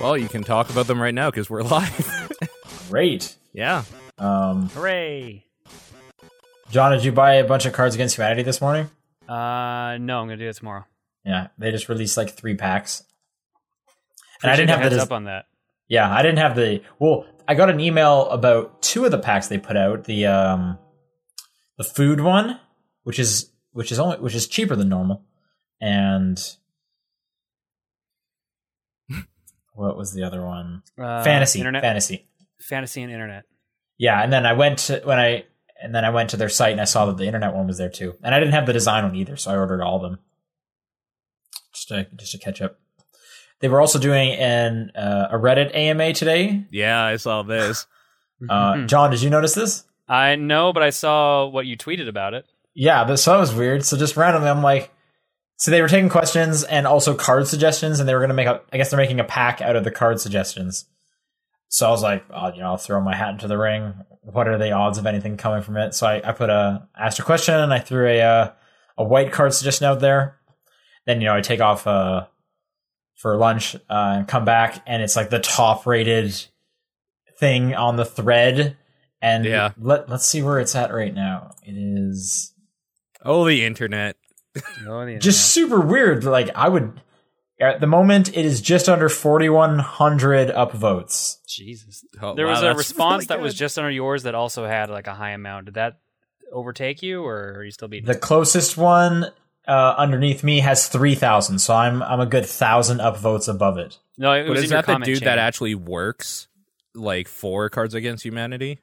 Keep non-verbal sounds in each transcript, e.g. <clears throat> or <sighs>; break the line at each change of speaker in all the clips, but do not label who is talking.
Well, you can talk about them right now because we're <laughs> live.
Great.
yeah.
Um,
Hooray!
John, did you buy a bunch of Cards Against Humanity this morning?
Uh, no, I'm gonna do it tomorrow.
Yeah, they just released like three packs. And I
Appreciate
didn't
the
have the
heads
des-
up on that.
yeah, I didn't have the well. I got an email about two of the packs they put out. The um, the food one, which is which is only which is cheaper than normal,
<laughs>
and what was the other one?
Uh,
fantasy,
internet,
fantasy.
fantasy, and internet.
Yeah, and then I went to when I and then I went to their site and I saw that the internet one was there too. And I didn't have the design one either, so I ordered all of them. Just to just to catch up. They were also doing an uh, a Reddit AMA today.
Yeah, I saw this.
Uh,
Mhm.
John, did you notice this?
I know, but I saw what you tweeted about it.
Yeah, but so that was weird. So just randomly, I'm like, so they were taking questions and also card suggestions, and they were gonna make a. I guess they're making a pack out of the card suggestions. So I was like, oh, you know, I'll throw my hat into the ring. What are the odds of anything coming from it? So I, I put a asked a question and I threw a uh, a white card suggestion out there. Then you know I take off uh, for lunch uh, and come back, and it's like the top rated thing on the thread. And
Yeah.
let let's see where it's at right now. It is
Oh, the internet.
Oh, the
just super weird. Like I would at the moment it is just under forty one hundred upvotes.
internet. Jesus.
Oh,
There
wow,
was a
that's <laughs>
response
really
that was
good.
just under yours that also had like a high amount. Did that overtake you, or are you still beating?
The closest one uh, underneath me has three thousand, so I'm I'm a good thousand upvotes above it.
no, it
But
was
is
in your
that the
comment
dude
chain.
that actually works like for Cards Against Humanity?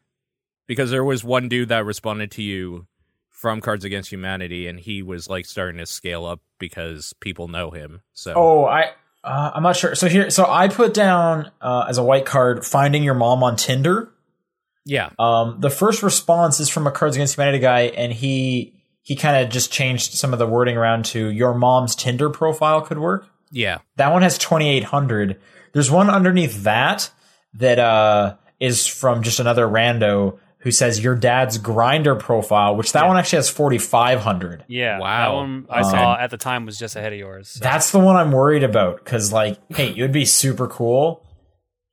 Because there was one dude that responded to you from Cards Against Humanity, and he was like starting to scale up because people know him. So
Oh, I uh, I'm not sure. So here, so I put down uh, as a white card finding your mom on Tinder.
yeah,
Um, the first response is from a Cards Against Humanity guy, and he he kind of just changed some of the wording around to your mom's Tinder profile could work.
yeah.
That one has 2800. There's one underneath that that uh is from just another rando who says your dad's grinder profile, which that one actually has 4500.
Yeah.
Wow.
That one I
Um,
saw at the time was just ahead of yours. so-
That's the one I'm worried about cuz like <laughs> hey, it would be super cool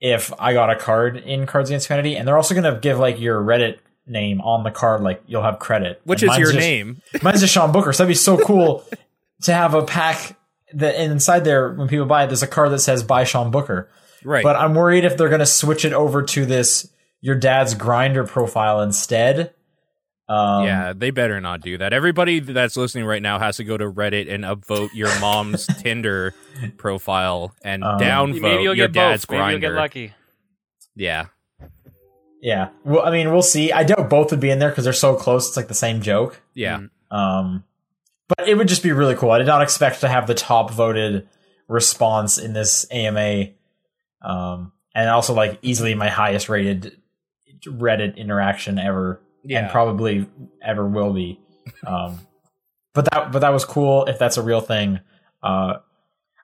if I got a card in Cards Against Humanity and they're also going to give like your Reddit name on the card like you'll have credit.
Which
And
is
mine's
your
just-
name?
Mine's just Sean Booker, so that'd be so cool <laughs> to have a pack that and inside there when people buy it there's a card that says buy Sean Booker.
Right.
But I'm worried if they're going to switch it over to this your dad's grinder profile instead. Um,
yeah, they better not do that. Everybody that's listening right now has to go to Reddit and upvote your
<laughs>
mom's Tinder profile and
Um,
downvote
Maybe you'll
your
get
dad's
both.
grinder.
Maybe you'll get lucky.
Yeah,
yeah. Well, I mean, we'll see. I doubt both would be in there because they're so close. It's like the same joke.
yeah.
Mm.
Um, but it would just be really cool. I did not expect to have the top voted response in this AMA, um, and also like easily my highest rated Reddit interaction ever.
Yeah.
and probably ever will be. Um, <laughs> but that but that was cool if that's a real thing. Uh,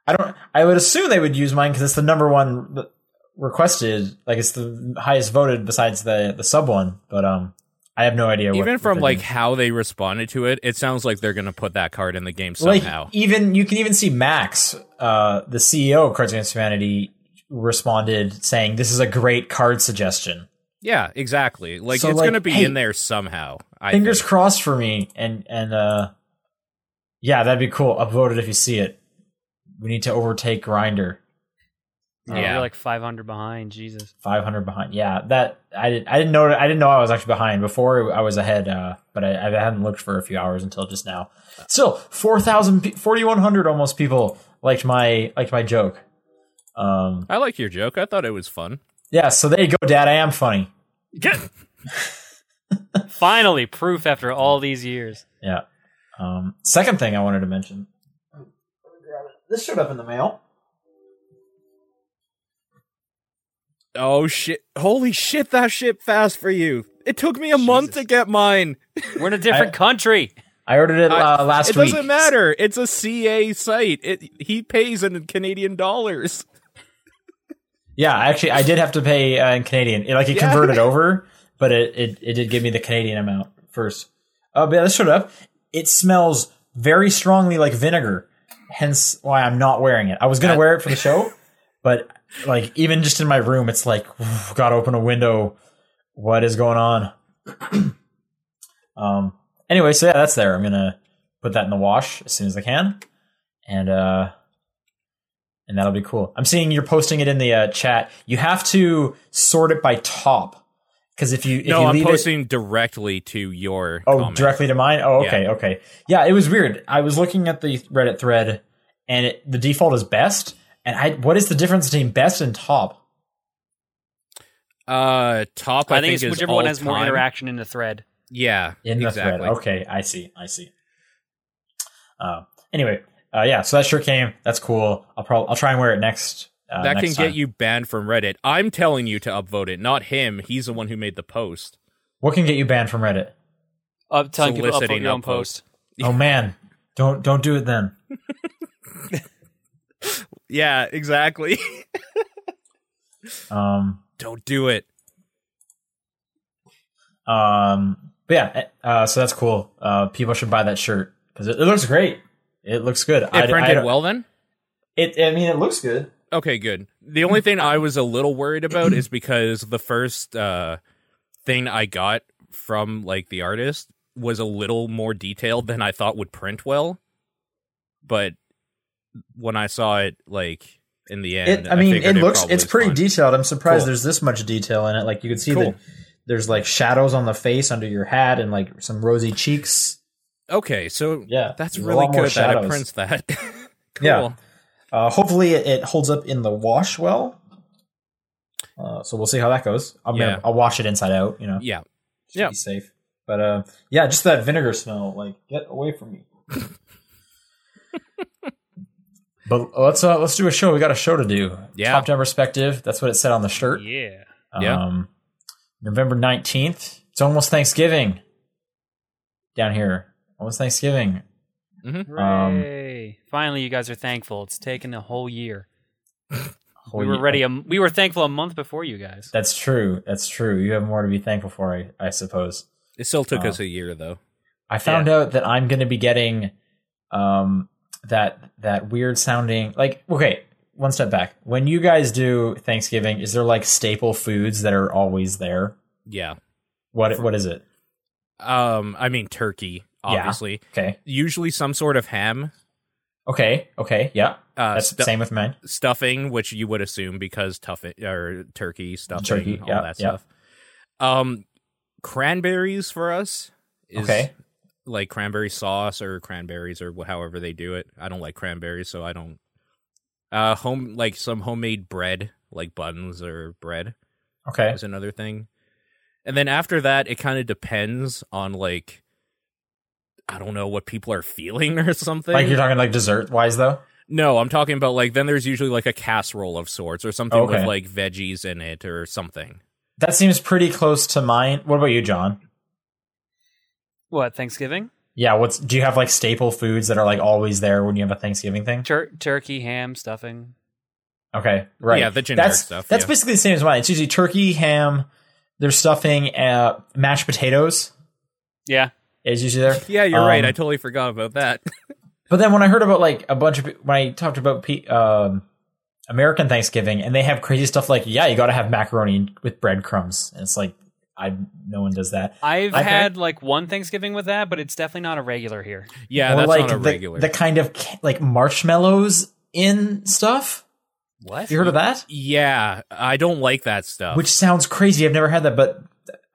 I don't. I would assume they would use mine because it's the number one th- requested. Like it's the highest voted besides the the sub one. But um, I have no idea. what-
Even
what
from
they're
like
doing.
how they responded to it, it sounds like they're going to put that card in the game
Like,
somehow.
even you can even see Max, uh, the CEO of Cards Against Humanity, responded saying, "This is a great card suggestion."
yeah, exactly. Like
So,
it's
like,
going to be
hey,
in there somehow. I
Fingers
think.
crossed for me, and and uh, yeah, that'd be cool. Upvote it if you see it. We need to overtake Grinder.
Yeah.
Yeah. Oh, You're like 500 behind. Jesus.
Five hundred behind. Yeah, that I didn't. I didn't know. I didn't know I was actually behind before. I was ahead, uh, but I, I hadn't looked for a few hours until just now. Still, 4,000, pe- 4,100 almost people liked my liked my joke. Um,
I like your joke. I thought it was fun.
yeah. So there you go, Dad. I am funny.
Finally, proof after all these years.
Yeah. Um, second thing I wanted to mention. This showed up in the mail.
<laughs> Oh shit! Holy shit! That shit fast for you. It took me a month
Jesus.
to get mine.
We're in a different country.
I ordered it
I-
uh, last
it
week.
doesn't matter. It's a CA site. It he pays in Canadian dollars.
Yeah, actually, I did have to pay uh, in Canadian. It, like it
Yeah.
converted over, but it, it it did give me the Canadian amount first. Oh, but yeah, this showed up. It smells very strongly like vinegar, hence why I'm not wearing it. I was gonna
That-
wear it for the show, But like even just in my room, it's like gotta open a window. What is going on? <clears throat> um. Anyway, so yeah, that's there. I'm gonna put that in the wash as soon as I can, and uh, and that'll be cool. I'm seeing you're posting it in the uh, chat. You have to sort it by top because if you if
no,
you
I'm
leave it,
posting directly to your.
Oh,
comment.
directly to mine. Oh,
Yeah.
okay, okay. Yeah, it was weird. I was looking at the Reddit thread, and it, the default is best. And I, what is the difference between best and top?
Uh, top. I,
I think it's
is
whichever one
all
has more
time.
interaction in the thread.
Yeah,
In the
exactly.
thread. Okay, I see. I see. Uh, anyway, uh, yeah. So that shirt came. That's cool. I'll probably I'll try and wear it next. Uh,
that can
next
get
time.
you banned from Reddit. I'm telling you to upvote it, not him. He's the one who made the post.
What can get you banned from Reddit?
Up telling people to upload
Soliciting
your own
upvotes.
post.
Oh man, don't don't do it then.
Yeah, exactly.
Um,
Don't do it.
um, but yeah. Uh, so that's cool. Uh, people should buy that shirt because it, it looks great. It looks good.
It printed
don't-
well then.
It. I mean, it looks good.
Okay, good. The only thing I was a little worried about
<clears throat>
is because the first uh, thing I got from like the artist was a little more detailed than I thought would print well. But when I saw it, like in the end,
It, I mean,
figured
it looks.
probably
It's
was
pretty
fine.
detailed. I'm surprised
Cool.
there's this much detail in it. Like you can see
Cool.
that there's like shadows on the face under your hat and like some rosy cheeks.
Okay, so
Yeah,
that's
there's a
really
lot more
good that it
shadows.
prints that. <laughs> cool.
Yeah. Uh, hopefully, it, it holds up in the wash well. Uh, so we'll see how that goes. I'm
Yeah.
gonna I'll wash it inside out. You know,
Yeah.
just to
Yeah.
be safe. But uh, yeah, just that vinegar smell. Like, get away
<laughs>
from me. but let's uh, let's do a show. We got a show to do.
Yeah.
top down perspective. That's what it said on the shirt.
Yeah.
Yeah.
Um, November 19th. It's almost Thanksgiving down here. Almost Thanksgiving.
Hooray. Finally, you guys are thankful. It's taken a whole year.
Whole
we were
year-
ready. A, we were thankful a month before you guys.
That's true. That's true. You have more to be thankful for, I, I suppose.
It still took
Uh,
us a year though.
I found out that I'm going to be getting um, that that weird sounding like okay, one step back. When you guys do Thanksgiving, is there like staple foods that are always there?
Yeah.
What what is it?
Um I mean turkey,
Yeah.
obviously.
Okay.
Usually some sort of ham,
Okay. Okay. Yeah.
uh
That's
stu-
same with mine.
stuffing, which you would assume because tough or turkey stuffing,
Turkey,
all
yeah,
that
yeah.
stuff. Um cranberries for us is
Okay.
like cranberry sauce or cranberries or wh- however they do it. I don't like cranberries, so I don't uh home like some homemade bread, like buns or bread.
Okay.
is another thing. And then after that, it kind of depends on like I don't know what people are feeling <laughs> or something.
Like you're talking like dessert wise though.
no, I'm talking about like then there's usually like a casserole of sorts or something
Okay.
with like veggies in it or something.
That seems pretty close to mine. What about you, John?
What Thanksgiving?
Yeah, what's do you have like staple foods that are like always there when you have a Thanksgiving thing?
Tur- turkey, ham, stuffing.
Okay, right.
Yeah, the generic
that's,
stuff,
That's
yeah.
basically the same as mine. It's usually turkey, ham, there's stuffing, uh, mashed potatoes
Yeah.
is usually there.
Yeah, you're
Um,
right. I totally forgot about that. <laughs>
But then when I heard about like a bunch of when I talked about pe- um, American Thanksgiving and they have crazy stuff like yeah, you got to have macaroni with breadcrumbs, and it's like I no one does that.
I've
Okay.
had like one Thanksgiving with that, but it's definitely not a regular here.
yeah,
Or
that's
like
not a
the,
regular.
the kind of ca- like marshmallows in stuff.
What?
You heard of that?
yeah, I don't like that stuff.
Which sounds crazy. I've never had that, but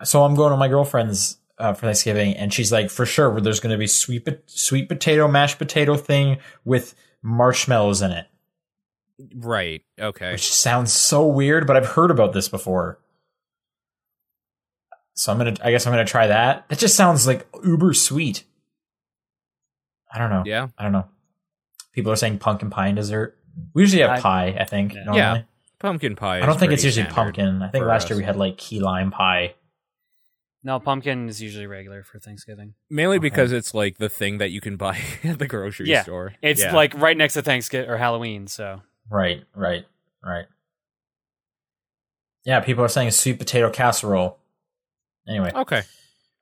so I'm going to my girlfriend's uh, for Thanksgiving, and she's like, for sure, there's going to be sweet pot- sweet potato mashed potato thing with marshmallows in it,
right? Okay.
which sounds so weird. But I've heard about this before, so I'm gonna. I guess I'm gonna try that. That just sounds like uber sweet. I don't know.
Yeah.
I don't know. People are saying pumpkin pie and dessert. We usually have
I-
pie. I think.
Yeah.
Normally.
Yeah. Pumpkin pie.
I
is
don't think it's
pretty
usually
standard.
pumpkin. I think
for
last
us.
year we had like key lime pie.
No, pumpkin is usually regular for Thanksgiving.
Mainly
Okay.
because it's like the thing that you can buy <laughs> at the grocery
Yeah.
store.
It's
Yeah.
like right next to Thanksgiving or Halloween, so
Right, right, right. Yeah, people are saying sweet potato casserole. Anyway,
okay.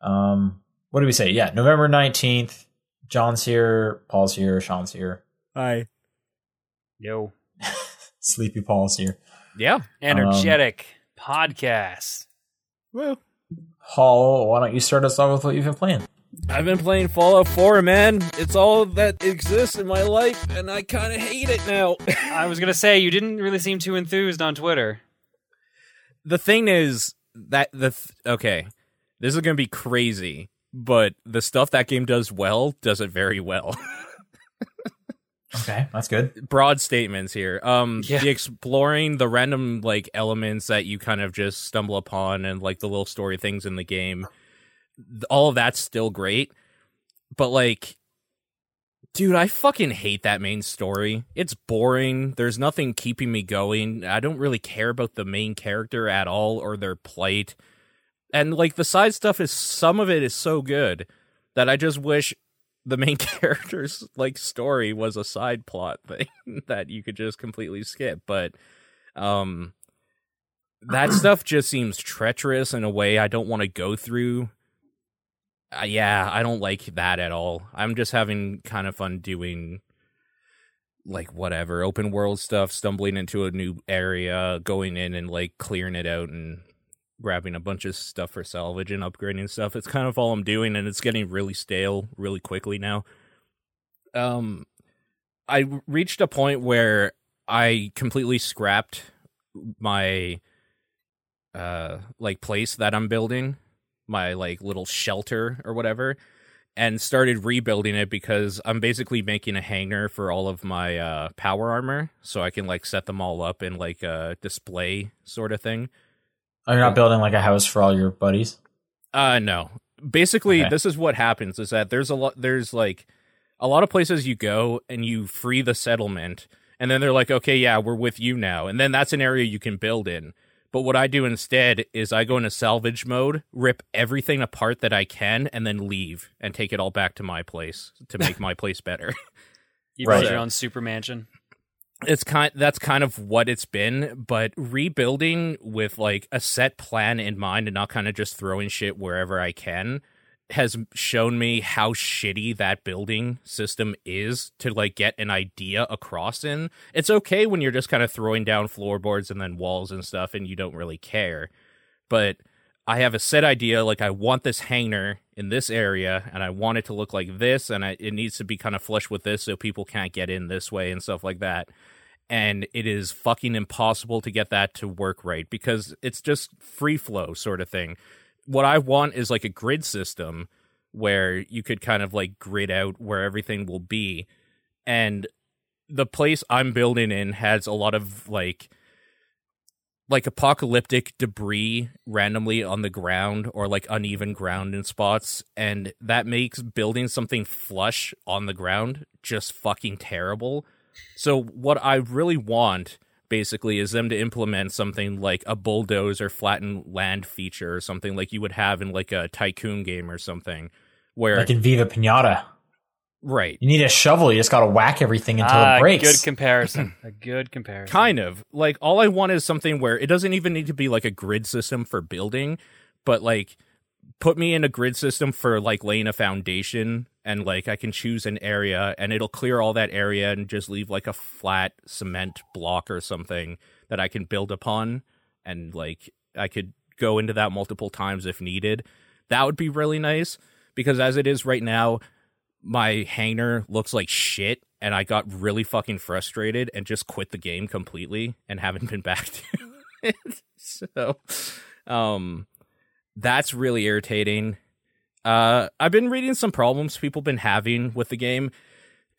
um, what did we say? Yeah, November nineteenth. John's here, Paul's here, Sean's here.
Hi.
yo.
Sleepy Paul's here.
Yeah.
Energetic podcast.
Well,
Paul, why don't you start us off with what you've been playing?
I've been playing Fallout 4, man. It's all that exists in my life, and I kind of hate it now.
I was gonna say you didn't really seem too enthused on Twitter.
the thing is that the th- okay, this is gonna be crazy, but the stuff that game does well does it very well. <laughs>
Okay, that's good.
Broad statements here. Um,
Yeah.
the exploring the random like elements that you kind of just stumble upon, and like the little story things in the game. th- All of that's still great, but like. Dude, I fucking hate that main story. It's boring. There's nothing keeping me going. I don't really care about the main character at all or their plight. And like the side stuff is some of it is so good that I just wish the main <laughs> character's like story was a side plot thing <laughs> that you could just completely skip. But um that <clears throat> stuff just seems treacherous in a way I don't want to go through. Uh, yeah, I don't like that at all. I'm just having kind of fun doing like whatever open world stuff, stumbling into a new area, going in and like clearing it out and grabbing a bunch of stuff for salvage and upgrading stuff. It's kind of all I'm doing and it's getting really stale really quickly now. Um I reached a point where I completely scrapped my uh like place that I'm building, my like little shelter or whatever, and started rebuilding it because I'm basically making a hanger for all of my uh power armor so I can like set them all up in like a display sort of thing.
Oh, you're not building like a house for all your buddies.
Uh no. Basically,
Okay.
this is what happens is that there's a lot there's like a lot of places you go and you free the settlement and then they're like, "Okay, yeah, we're with you now." And then that's an area you can build in. But what I do instead is I go into salvage mode, rip everything apart that I can and then leave and take it all back to my place to make my place better.
You
Right.
built your own super mansion.
it's kind that's kind of what it's been but rebuilding with like a set plan in mind and not kind of just throwing shit wherever i can has shown me how shitty that building system is to like get an idea across in it's okay when you're just kind of throwing down floorboards and then walls and stuff and you don't really care but I have a set idea. Like, I want this hanger in this area, and I want it to look like this, and I, it needs to be kind of flush with this so people can't get in this way and stuff like that. And it is fucking impossible to get that to work right because it's just free flow sort of thing. What I want is like a grid system where you could kind of like grid out where everything will be. And the place I'm building in has a lot of like like apocalyptic debris randomly on the ground or like uneven ground in spots and that makes building something flush on the ground just fucking terrible so what i really want basically is them to implement something like a bulldoze or flatten land feature or something like you would have in like a tycoon game or something where
Like in Viva Pinata,
right
you need a shovel. You just gotta whack everything until
Ah,
it breaks.
Good
<clears throat>
comparison. a good comparison.
Kind of. Like all I want is something where it doesn't even need to be like a grid system for building, but like put me in a grid system for like laying a foundation and like I can choose an area and it'll clear all that area and just leave like a flat cement block or something that I can build upon and like I could go into that multiple times if needed. That would be really nice because as it is right now, my hanger looks like shit and I got really fucking frustrated and just quit the game completely and haven't been back <laughs> to it. So um that's really irritating. Uh I've been reading some problems people been having with the game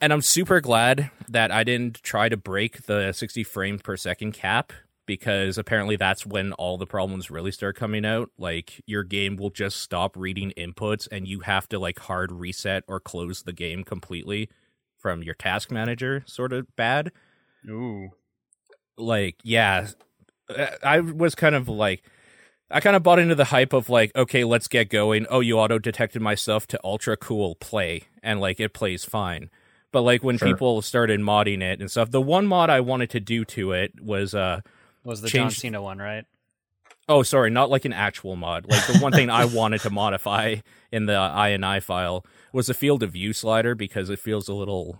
and I'm super glad that I didn't try to break the 60 frames per second cap because apparently that's when all the problems really start coming out. Like your game will just stop reading inputs and you have to like hard reset or close the game completely from your task manager sort of bad
Ooh.
like yeah I- i was kind of like i kind of bought into the hype of like okay let's get going oh you auto detected my stuff to ultra cool play and like it plays fine but like when
Sure.
people started modding it and stuff the one mod i wanted to do to it was uh
Was the John
Change-
Cena one right?
Oh, sorry, not like an actual mod. Like the one thing I wanted to modify in the INI file was the field of view slider because it feels a little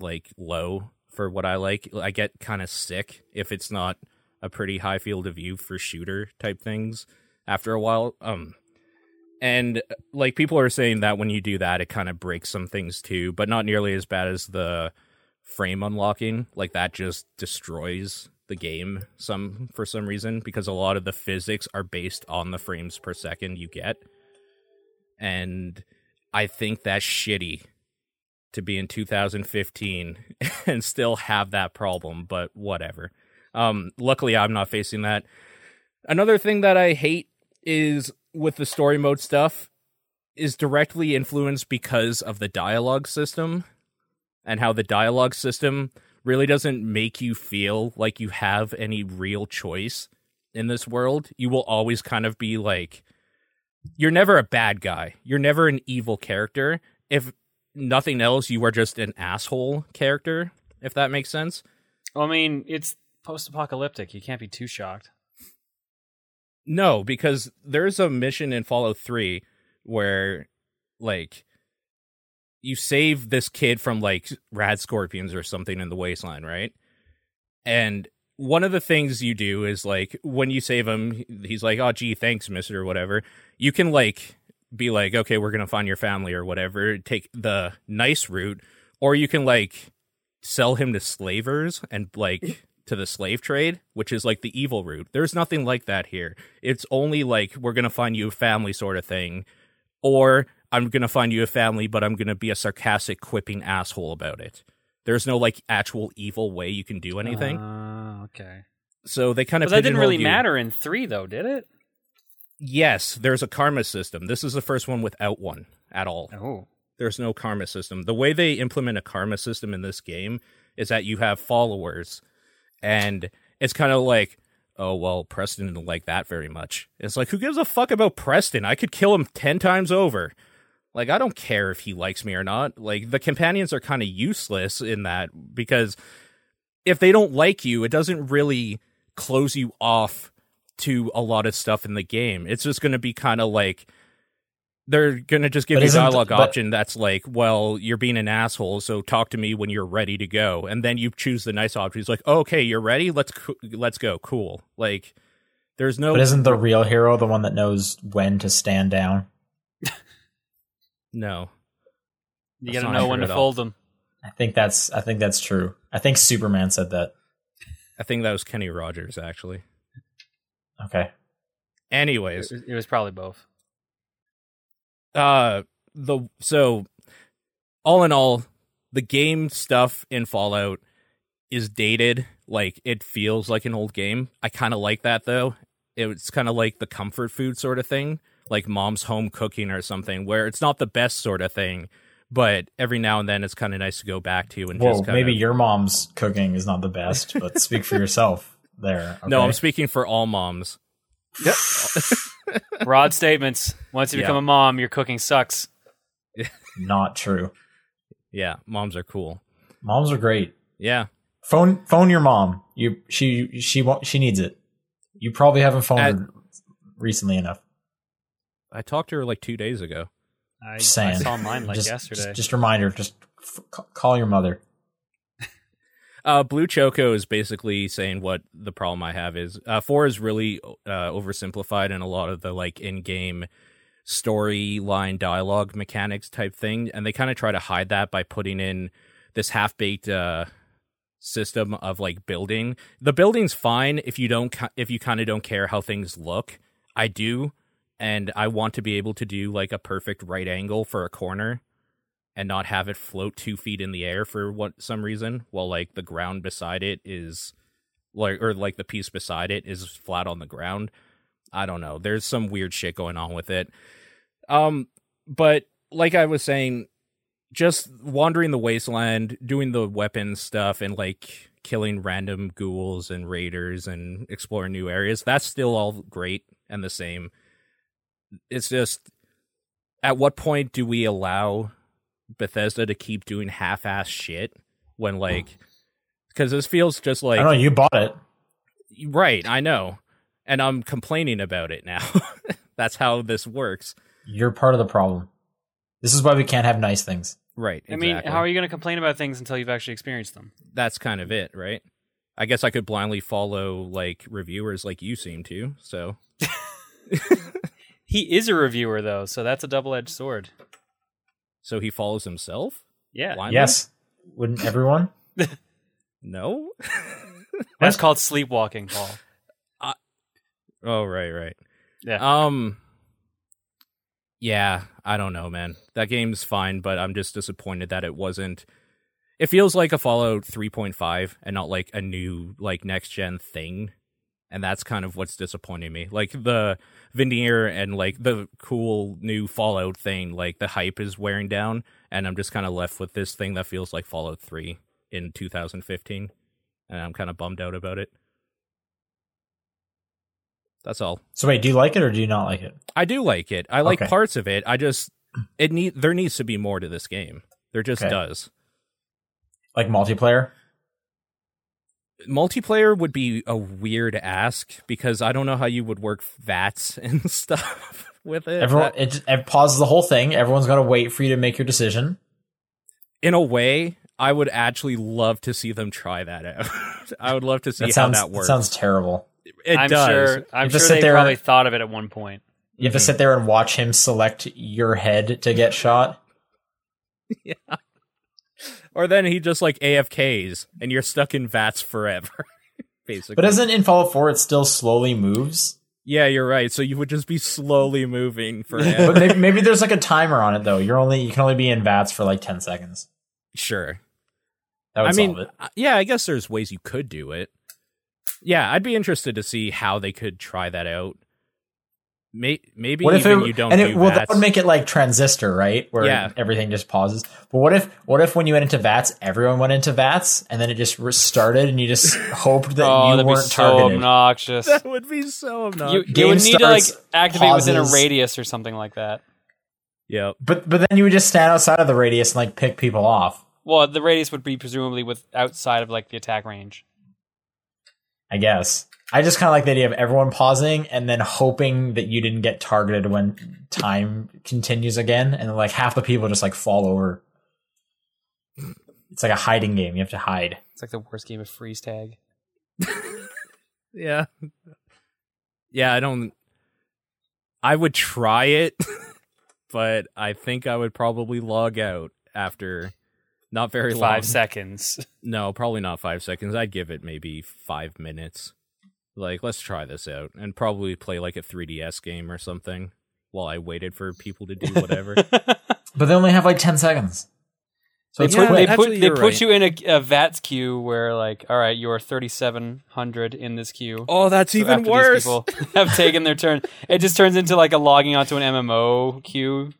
like low for what I like. I get kind of sick if it's not a pretty high field of view for shooter type things after a while. Um, and uh, like people are saying that when you do that, it kind of breaks some things too, but not nearly as bad as the frame unlocking. Like that just destroys the game some for some reason because a lot of the physics are based on the frames per second you get, and I think that's shitty to be in 2015 <laughs> and still have that problem, but whatever. Um, luckily, I'm not facing that. Another thing that I hate is with the story mode stuff is directly influenced because of the dialogue system and how the dialogue system really doesn't make you feel like you have any real choice in this world. You will always kind of be like, you're never a bad guy. You're never an evil character. If nothing else, you are just an asshole character, if that makes sense.
Well, I mean, it's post-apocalyptic. You can't be too shocked.
No, because there's a mission in Fallout 3 where, like, you save this kid from, like, rad scorpions or something in the wasteland, right? And one of the things you do is, like, when you save him, he's like, oh, gee, thanks, mister, or whatever. You can, like, be like, okay, we're going to find your family or whatever, take the nice route, or you can, like, sell him to slavers and, like, to the slave trade, which is like the evil route. There's nothing like that here. It's only like we're going to find you a family sort of thing, or I'm going to find you a family, but I'm going to be a sarcastic, quipping asshole about it. There's no like actual evil way you can do anything.
Uh, okay.
so they kind
But
of
that didn't really
you.
matter in three, though, did it?
Yes, there's a karma system. This is the first one without one at all.
Oh.
there's no karma system. The way they implement a karma system in this game is that you have followers, and it's kind of like, oh well, Preston didn't like that very much. It's like, who gives a fuck about Preston? I could kill him ten times over. Like, I don't care if he likes me or not. Like, the companions are kind of useless in that because if they don't like you, it doesn't really close you off to a lot of stuff in the game. It's just going to be kind of like they're going to just give
But
you a
isn't-
dialogue
but-
option that's like, well, you're being an asshole, so talk to me when you're ready to go. And then you choose the nice option. It's like, okay, you're ready. Let's co- let's go. Cool. Like, there's no
But isn't the real hero the one that knows when to stand down?
no.
You
That's
got
not
to know
true
when to
at all.
fold them.
I think that's I think that's true. I think Superman said that.
I think that was Kenny Rogers actually.
Okay.
Anyways,
It, it was probably both.
<laughs> uh the so all in all the game stuff in fallout is dated like it feels like an old game i kind of like that though it's kind of like the comfort food sort of thing like mom's home cooking or something where it's not the best sort of thing but every now and then it's kind of nice to go back to and
Whoa,
just kind
maybe
of
your mom's cooking is not the
<laughs>
best, but speak for yourself there.
no i'm
okay?
speaking for all moms
Broad statements. Once you
Yeah.
become a mom, your cooking sucks.
not true.
yeah moms are cool
Moms are great.
yeah
Phone phone your mom. You she she wa- she needs it. You probably haven't phoned
At-
her recently enough.
i talked to her like two days ago
I, I
Just saying.
<laughs>
saw mine like
just,
yesterday.
Just, just reminder. Just f- c- call your mother.
Uh, Blue Choco is basically saying what the problem I have is. Uh, four is really uh, oversimplified in a lot of the like in-game storyline dialogue mechanics type thing, and they kind of try to hide that by putting in this half-baked uh, system of like building. The building's fine if you don't ki- if you kind of don't care how things look. I do, and I want to be able to do like a perfect right angle for a corner and not have it float two feet in the air for what some reason, while like the ground beside it is like or like the piece beside it is flat on the ground. I don't know. There's some weird shit going on with it. Um but like I was saying, just wandering the wasteland, doing the weapons stuff and like killing random ghouls and raiders and exploring new areas, that's still all great and the same. It's just at what point do we allow Bethesda to keep doing half-ass shit when
<sighs>
like because this feels just like
I don't know. You bought it.
Right, I know. And I'm complaining about it now. <laughs> That's how this works.
You're part of the problem. This is why we can't have nice things.
Right.
I mean,
exactly.
how are you going to complain about things until you've actually experienced them?
That's kind of it, right? I guess I could blindly follow like reviewers like you seem to. So
He is a reviewer though, so that's a double-edged sword.
so he follows himself?
Yeah.
Blindly?
yes. Wouldn't everyone?
No? <laughs>
That's called sleepwalking, Paul.
Oh right, right.
Yeah.
Um Yeah, I don't know, man. That game's fine, but I'm just disappointed that it wasn't it feels like a Fallout 3.5 and not like a new like next gen thing. And that's kind of what's disappointing me. Like the veneer and like the cool new Fallout thing, like the hype is wearing down and I'm just kind of left with this thing that feels like Fallout 3 in 2015 and I'm kind of bummed out about it. That's all.
So wait, do you like it or do you not like it?
I do like it. I like
Okay.
parts of it. I just it need there needs to be more to this game. There just
Okay.
does.
Like multiplayer?
Multiplayer would be a weird ask because I don't know how you would work VATs <laughs> and stuff with it.
Everyone,
That-
it, just- it pauses the whole thing. Everyone's got to wait for you to make your decision.
in a way, I would actually love to see them try that out. <laughs> I would love to see
That sounds
how that works.
sounds terrible.
it
I'm
does.
sure. I'm
You just
sure
sit
they
there-
probably thought of it at one point.
You have to
Mm-hmm.
sit there and watch him select your head to get shot.
Or then he just like AFKs and you're stuck in VATs forever. <laughs> Basically.
But isn't in Fallout 4 it still slowly moves?
yeah, you're right. So you would just be slowly
<laughs>
moving forever.
But maybe, maybe there's like a timer on it though. You're only you can only be in vats for like 10 seconds.
sure.
That would
I mean,
solve it.
uh, yeah, I guess there's ways you could do it. Yeah, I'd be interested to see how they could try that out. May- maybe
What if
even
it,
you don't
and
do
it, well, that
VATS. <laughs>
would make it like transistor, right? Where
Yeah.
everything just pauses. But what if what if when you went into vats, everyone went into vats, and then it just restarted, and you just <laughs> hoped that
oh,
you
that'd be
weren't
so
targeted?
obnoxious.
that would be so
<laughs>
you,
obnoxious.
you would
Game
need to like
starts,
activate within a
pauses.
radius or something like that.
yeah,
But but then you would just stand outside of the radius and like pick people off.
Well, the radius would be presumably with outside of like the attack range.
I guess. I just kind of like the idea of everyone pausing and then hoping that you didn't get targeted when time continues again, and like half the people just like fall over. It's like a hiding game. You have to hide.
It's like the worst game of freeze tag.
yeah, yeah. I don't. I would try it, <laughs> but I think I would probably log out after not very long.
Five seconds.
<laughs>
<laughs>
No, probably not five seconds. I'd give it maybe five minutes. Like, let's try this out and probably play like a 3DS game or something while I waited for people to <laughs> do whatever.
But they only have like ten seconds. So
they
it's
put,
yeah,
they
quick.
put,
actually,
they
you're
put
right.
you in a, a VATS queue where like, all right, you are thirty seven hundred in this queue.
oh, that's
So after these people <laughs> have taken their turn. It just turns into like a logging onto an
<laughs>
MMO queue.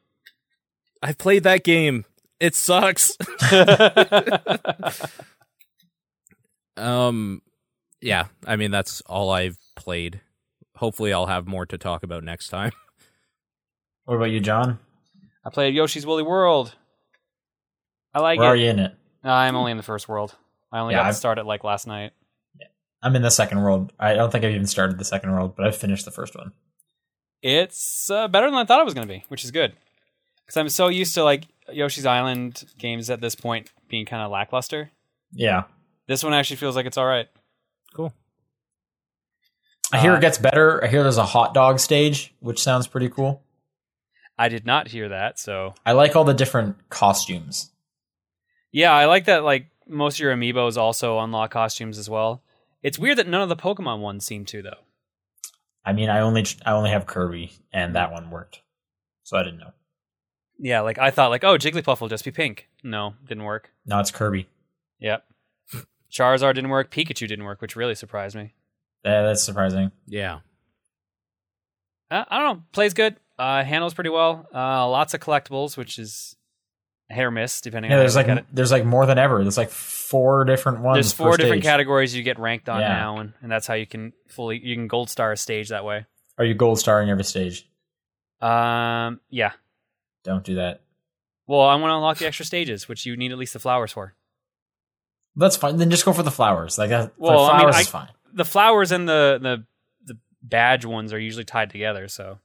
<laughs>
I played that game. It sucks. <laughs> Um yeah, I mean that's all I've played. Hopefully I'll have more to talk about next time.
What about you, John?
I played Yoshi's Woolly World. I like
Where
it.
are you in it?
No, I'm only in the first world. I only
Yeah,
got to
I've-
start it like last night.
I'm in the second world. I don't think I've even started the second world, but I've finished the first one.
It's uh, better than I thought it was going to be, which is good. Because I'm so used to like Yoshi's Island games at this point being kind of lackluster.
Yeah,
This one actually feels like it's all right.
Cool.
I hear
Uh,
it gets better. I hear there's a hot dog stage, which sounds pretty cool.
I did not hear that, so
I like all the different costumes.
Yeah, I like that. Like most of your amiibos also unlock costumes as well. It's weird that none of the Pokemon ones seem to though.
I mean, I only I only have Kirby, and that one worked, so I didn't know.
Yeah, like I thought, like oh, Jigglypuff will just be pink. No, didn't work.
Now it's Kirby.
Yep. Charizard didn't work. Pikachu didn't work, which really surprised me.
Yeah, that's surprising.
<laughs> Yeah.
Uh, I don't know. Plays good. Uh, handles pretty well. Uh, lots of collectibles, which is hit or miss depending.
Yeah,
on
there's
how you
like
look at it.
there's like more than ever. There's like four different ones.
there's
per
four different
stage.
categories you get ranked on
Yeah.
now, and, and that's how you can fully you can gold star a stage that way.
Are you gold starring every stage?
Um, yeah.
Don't do that.
Well, I want to unlock the extra stages, which you need at least the flowers for.
That's fine. Then just go for the flowers. Like that.
Well,
the
I mean,
flowers
I-
is fine.
the flowers and the the the badge ones are usually tied together. So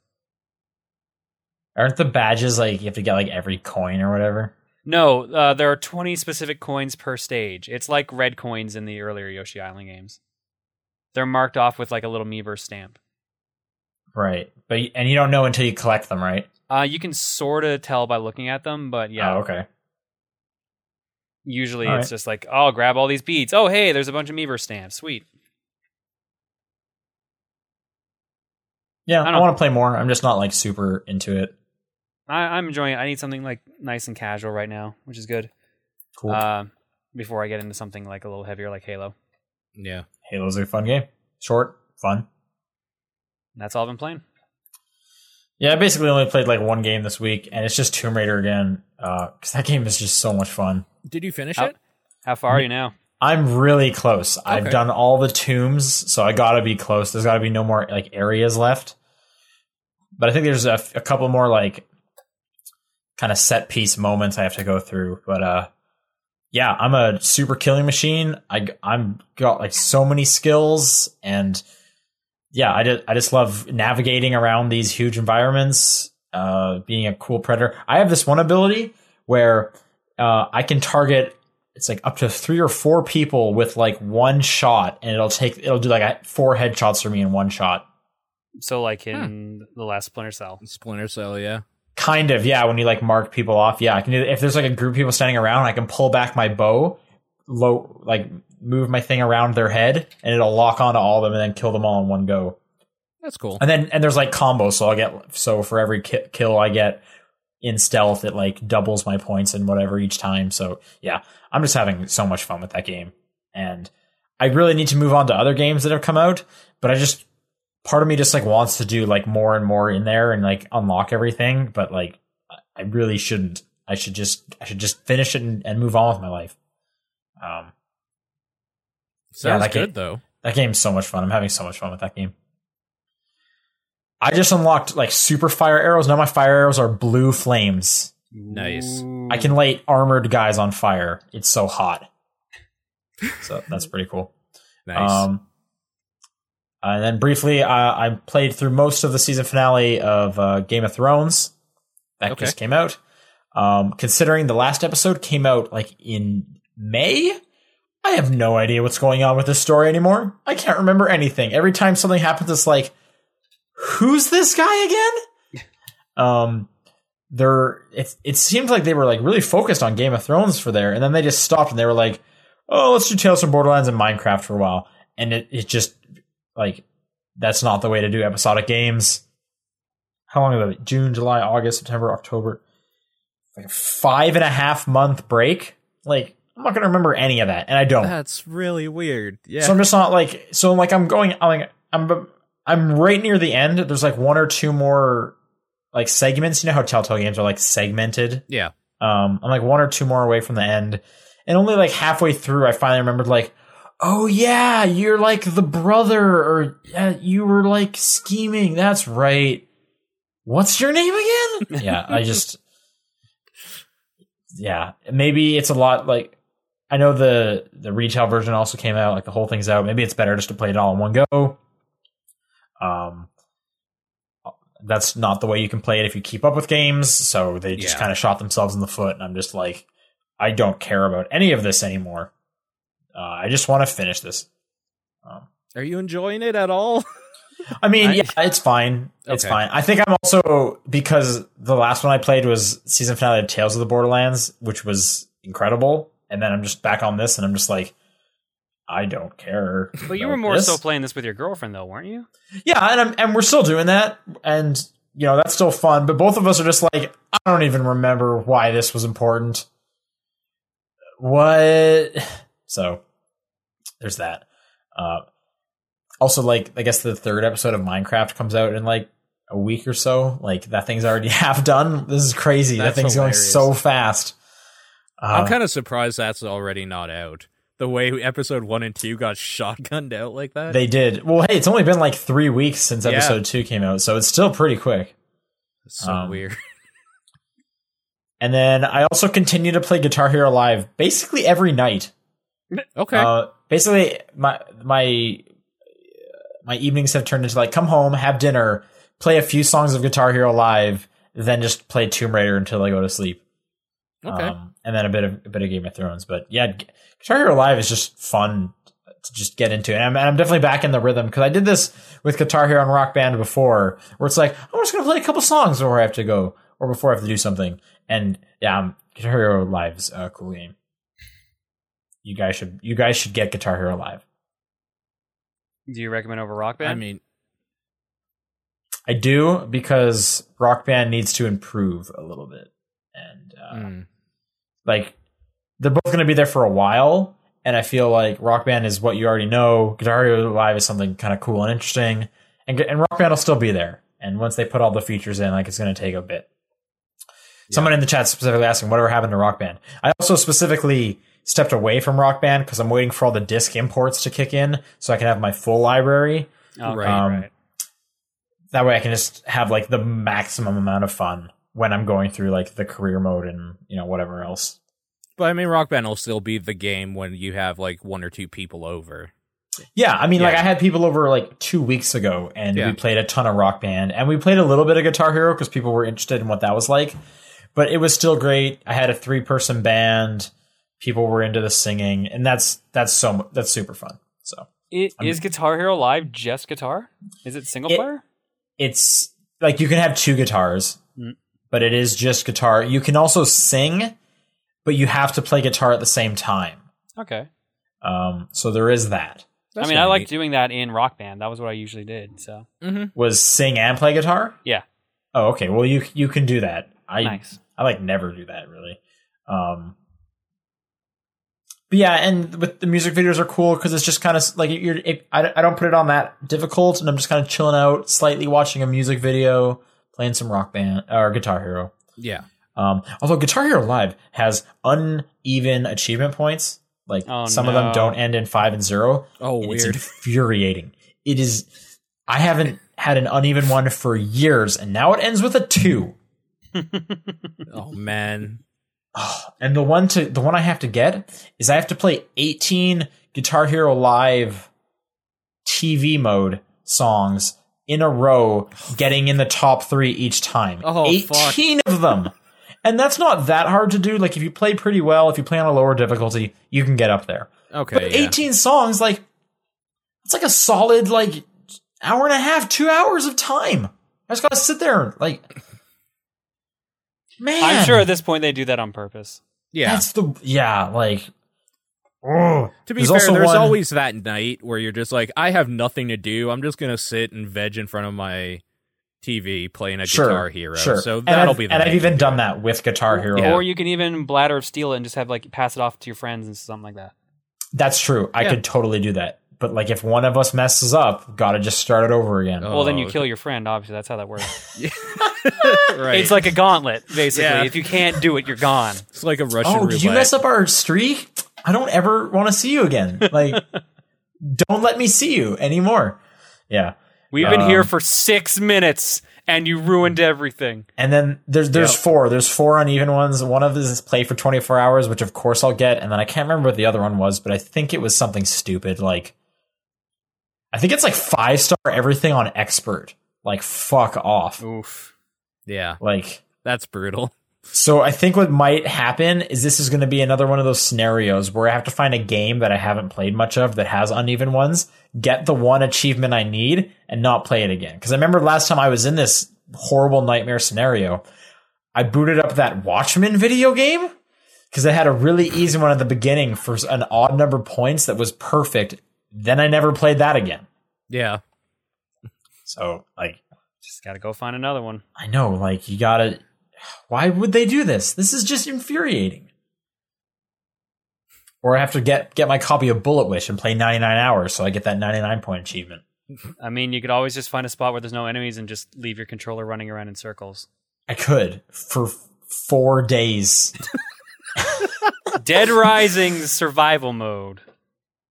Aren't the badges like you have to get like every coin or whatever?
No, uh, there are 20 specific coins per stage. It's like red coins in the earlier Yoshi Island games. They're marked off with like a little Miiverse stamp.
Right. But y- and you don't know until you collect them, right?
Uh, you can sort of tell by looking at them, but yeah,
Oh, okay.
usually
All
it's just like, oh, I'll grab all these beads. Oh, hey, there's a bunch of Miiverse stamps. Sweet.
Yeah,
I
I,
don't-
want to play more. I'm just not like super into it.
I- I'm enjoying it. I need something like nice and casual right now, which is good.
Cool.
Uh, before I get into something like a little heavier, like Halo.
Yeah.
Halo's a fun game. Short, fun.
That's all I've been playing.
Yeah, I basically only played like one game this week, and it's just Tomb Raider again because that <laughs> game is just so much fun.
Did you finish
Oh.
it?
How far
Mm-hmm.
are you now?
I'm really close. I've
Okay.
done all the tombs, so I gotta be close. There's gotta be no more like areas left. But I think there's a, f- a couple more like kind of set piece moments I have to go through. But uh, yeah, I'm a super killing machine. I I'm got like so many skills, and yeah, I just I just love navigating around these huge environments. Uh, being a cool predator. I have this one ability where uh, I can target it's like up to three or four people with like one shot and it'll take it'll do like a- four headshots for me in one shot
So, like in
Hmm.
the last Splinter Cell.
Splinter Cell, yeah.
kind of yeah when you like mark people off yeah i can do if there's like a group of people standing around i can pull back my bow low like move my thing around their head and it'll lock onto all of them and then kill them all in one go
That's cool.
and then and there's like combos so i'll get so for every ki- kill i get in stealth it like doubles my points and whatever each time so yeah i'm just having so much fun with that game and i really need to move on to other games that have come out but i just part of me just like wants to do like more and more in there and like unlock everything but like I- i really shouldn't i should just i should just finish it and, and move on with my life um
Sounds
like
good
it-
though.
that game's so much fun. I'm having so much fun with that game. I just unlocked like super fire arrows. Now my fire arrows are blue flames.
Nice.
I can light armored guys on fire. It's so hot. So that's pretty cool.
Nice.
Um, and then briefly, uh, I played through most of the season finale of uh, Game of Thrones that
Okay.
just came out. Um, considering the last episode came out like in May, I have no idea what's going on with this story anymore. I can't remember anything. Every time something happens, it's like, who's this guy again?
<laughs>
um, they're it. It seemed like they were like really focused on Game of Thrones for there, and then they just stopped and they were like, oh, let's do Tales from Borderlands and Minecraft for a while. And it, it just, like, that's not the way to do episodic games. How long ago? June, July, August, September, October. Like a five and a half month break. Like, I'm not going to remember any of that. And I don't.
That's really weird. Yeah.
So I'm just not like so I'm like I'm going I'm like I'm I'm right near the end. There's like one or two more like segments. You know how Telltale games are like segmented.
Yeah.
Um, I'm like one or two more away from the end, and only like halfway through, I finally remembered like, oh yeah, you're like the brother, or yeah, you were like scheming. That's right. What's your name again? yeah, I just. Yeah, maybe it's a lot like I know the the retail version also came out, like the whole thing's out. Maybe it's better just to play it all in one go. Um, that's not the way you can play it if you keep up with games. So they just
Yeah.
kind of shot themselves in the foot, and I'm just like, I don't care about any of this anymore. Uh, I just want to finish this. Um,
Are you enjoying it at all? <laughs>
I mean,
I-
yeah, it's fine. It's
Okay.
fine. I think I'm also because the last one I played was season finale of Tales of the Borderlands, which was incredible, and then I'm just back on this, and I'm just like, I don't care.
But you
about
were more
this.
so playing this with your girlfriend, though, weren't you?
yeah, and I'm, and we're still doing that, and you know that's still fun. But both of us are just like, I don't even remember why this was important. What? <sighs> So there's that. Uh, also, like I guess the third episode of Minecraft comes out in like a week or so. Like that thing's already <laughs> half done. This is crazy.
That's
that thing's
hilarious.
going so fast. Uh,
I'm kind of surprised that's already not out. The way episode one and two got <laughs> shotgunned out like that.
they did well. Hey, it's only been like three weeks since
Yeah.
episode two came out, so it's still pretty quick.
That's so
um,
weird.
And then I also continue to play Guitar Hero Live basically every night.
<laughs> Okay.
Uh, basically, my my my evenings have turned into like come home, have dinner, play a few songs of Guitar Hero Live, then just play Tomb Raider until I go to sleep.
Okay.
Um, and then a bit of a bit of Game of Thrones, but yeah, G- Guitar Hero Live is just fun to just get into, and I'm, and I'm definitely back in the rhythm because I did this with Guitar Hero and Rock Band before, where it's like I'm just gonna play a couple songs before I have to go or before I have to do something, and yeah, um, Guitar Hero Live's a cool game. You guys should you guys should get Guitar Hero Live.
Do you recommend over Rock Band?
I mean,
I do because Rock Band needs to improve a little bit, and uh,
mm.
like they're both going to be there for a while and i feel like rock band is what you already know guitar hero live is something kind of cool and interesting and, and rock band will still be there and once they put all the features in like it's going to take a bit someone in the chat specifically asking whatever happened to rock band i also specifically stepped away from rock band because i'm waiting for all the disc imports to kick in so i can have my full library
Oh,
right,
um,
right.
that way i can just have like the maximum amount of fun when i'm going through like the career mode and you know whatever else
But I mean, Rock Band will still be the game when you have like one or two people over.
Yeah, I mean, like
Yeah.
I had people over like two weeks ago, and
Yeah.
we played a ton of Rock Band, and we played a little bit of Guitar Hero because people were interested in what that was like. But it was still great. I had a three-person band. People were into the singing, and that's that's so mu- that's super fun. So
It,
I'm-
is Guitar Hero Live just guitar? Is it single
It-
player?
it's like you can have two guitars,
Mm.
but it is just guitar. You can also sing, but you have to play guitar at the same time.
Okay.
Um, so there is that.
I mean, I like doing that in Rock Band. That was what I usually did. So
hmm
Was sing and play guitar?
Yeah.
Oh, okay. Well, you you can do that. I
nice.
I like never do that really. Um, but yeah, and with the music videos are cool because it's just kind of like you're. It, I I don't put it on that difficult, and I'm just kind of chilling out, slightly watching a music video, playing some rock band or Guitar Hero.
Yeah.
Um, although Guitar Hero Live has uneven achievement points, like
Oh,
some of them
no.
don't end in five and zero.
Oh,
and It's
weird.
<laughs> infuriating. It is. I haven't had an uneven one for years, and now it ends with a two.
oh man.
And the one to the one I have to get is I have to play 18 Guitar Hero Live TV mode songs in a row, getting in the top three each time.
Oh, fuck.
18 of them. And that's not that hard to do. Like if you play pretty well, if you play on a lower difficulty, you can get up there.
Okay.
But
yeah.
18 songs, like it's like a solid like hour and a half, two hours of time. I just gotta sit there like man.
I'm sure at this point they do that on purpose.
Yeah.
That's the yeah, like oh,
to be
there's
fair,
also
there's
one-
always that night where you're just like, I have nothing to do. I'm just gonna sit and veg in front of my TV playing a
sure,
Guitar Hero.
Sure.
So
And
that'll
I've-
be. The
And I've
night you
even
do
done
it.
that with Guitar Hero.
Yeah.
Or you can even bladder of steel it and just have like pass it off to your friends and something like that.
That's true. I
Yeah.
could totally do that. But like if one of us messes up, gotta just start it over again.
Oh.
well, then you kill your friend. Obviously, that's how that works.
right.
It's like a gauntlet, basically.
Yeah.
If you can't do it, you're gone.
it's like a Russian
Oh,
roulette.
did you mess up our streak? I don't ever want to see you again.
<laughs>
Like don't let me see you anymore. Yeah.
We've been
Um,
here for six minutes and you ruined everything.
And then there's there's
Yep.
four. There's four uneven ones. One of them is play for 24 hours, which of course I'll get. And then I can't remember what the other one was, but I think it was something stupid like I think it's like five star everything on expert. Like fuck off.
Oof.
Yeah,
Like
that's brutal. <laughs>
so I think what might happen is this is going to be another one of those scenarios where I have to find a game that I haven't played much of that has uneven ones, get the one achievement I need and not play it again. Cuz I remember last time I was in this horrible nightmare scenario, I booted up that Watchmen video game cuz it had a really easy one at the beginning for an odd number of points that was perfect. Then I never played that again.
Yeah.
So like
Just got to go find another one.
I know, like you gotta. Why would they do this? This is just infuriating. Or I have to get get my copy of Bullet Wish and play 99 hours so I get that 99 point achievement.
I mean, you could always just find a spot where there's no enemies and just leave your controller running around in circles. <laughs>
I could for f- four days. <laughs>
Dead Rising survival mode.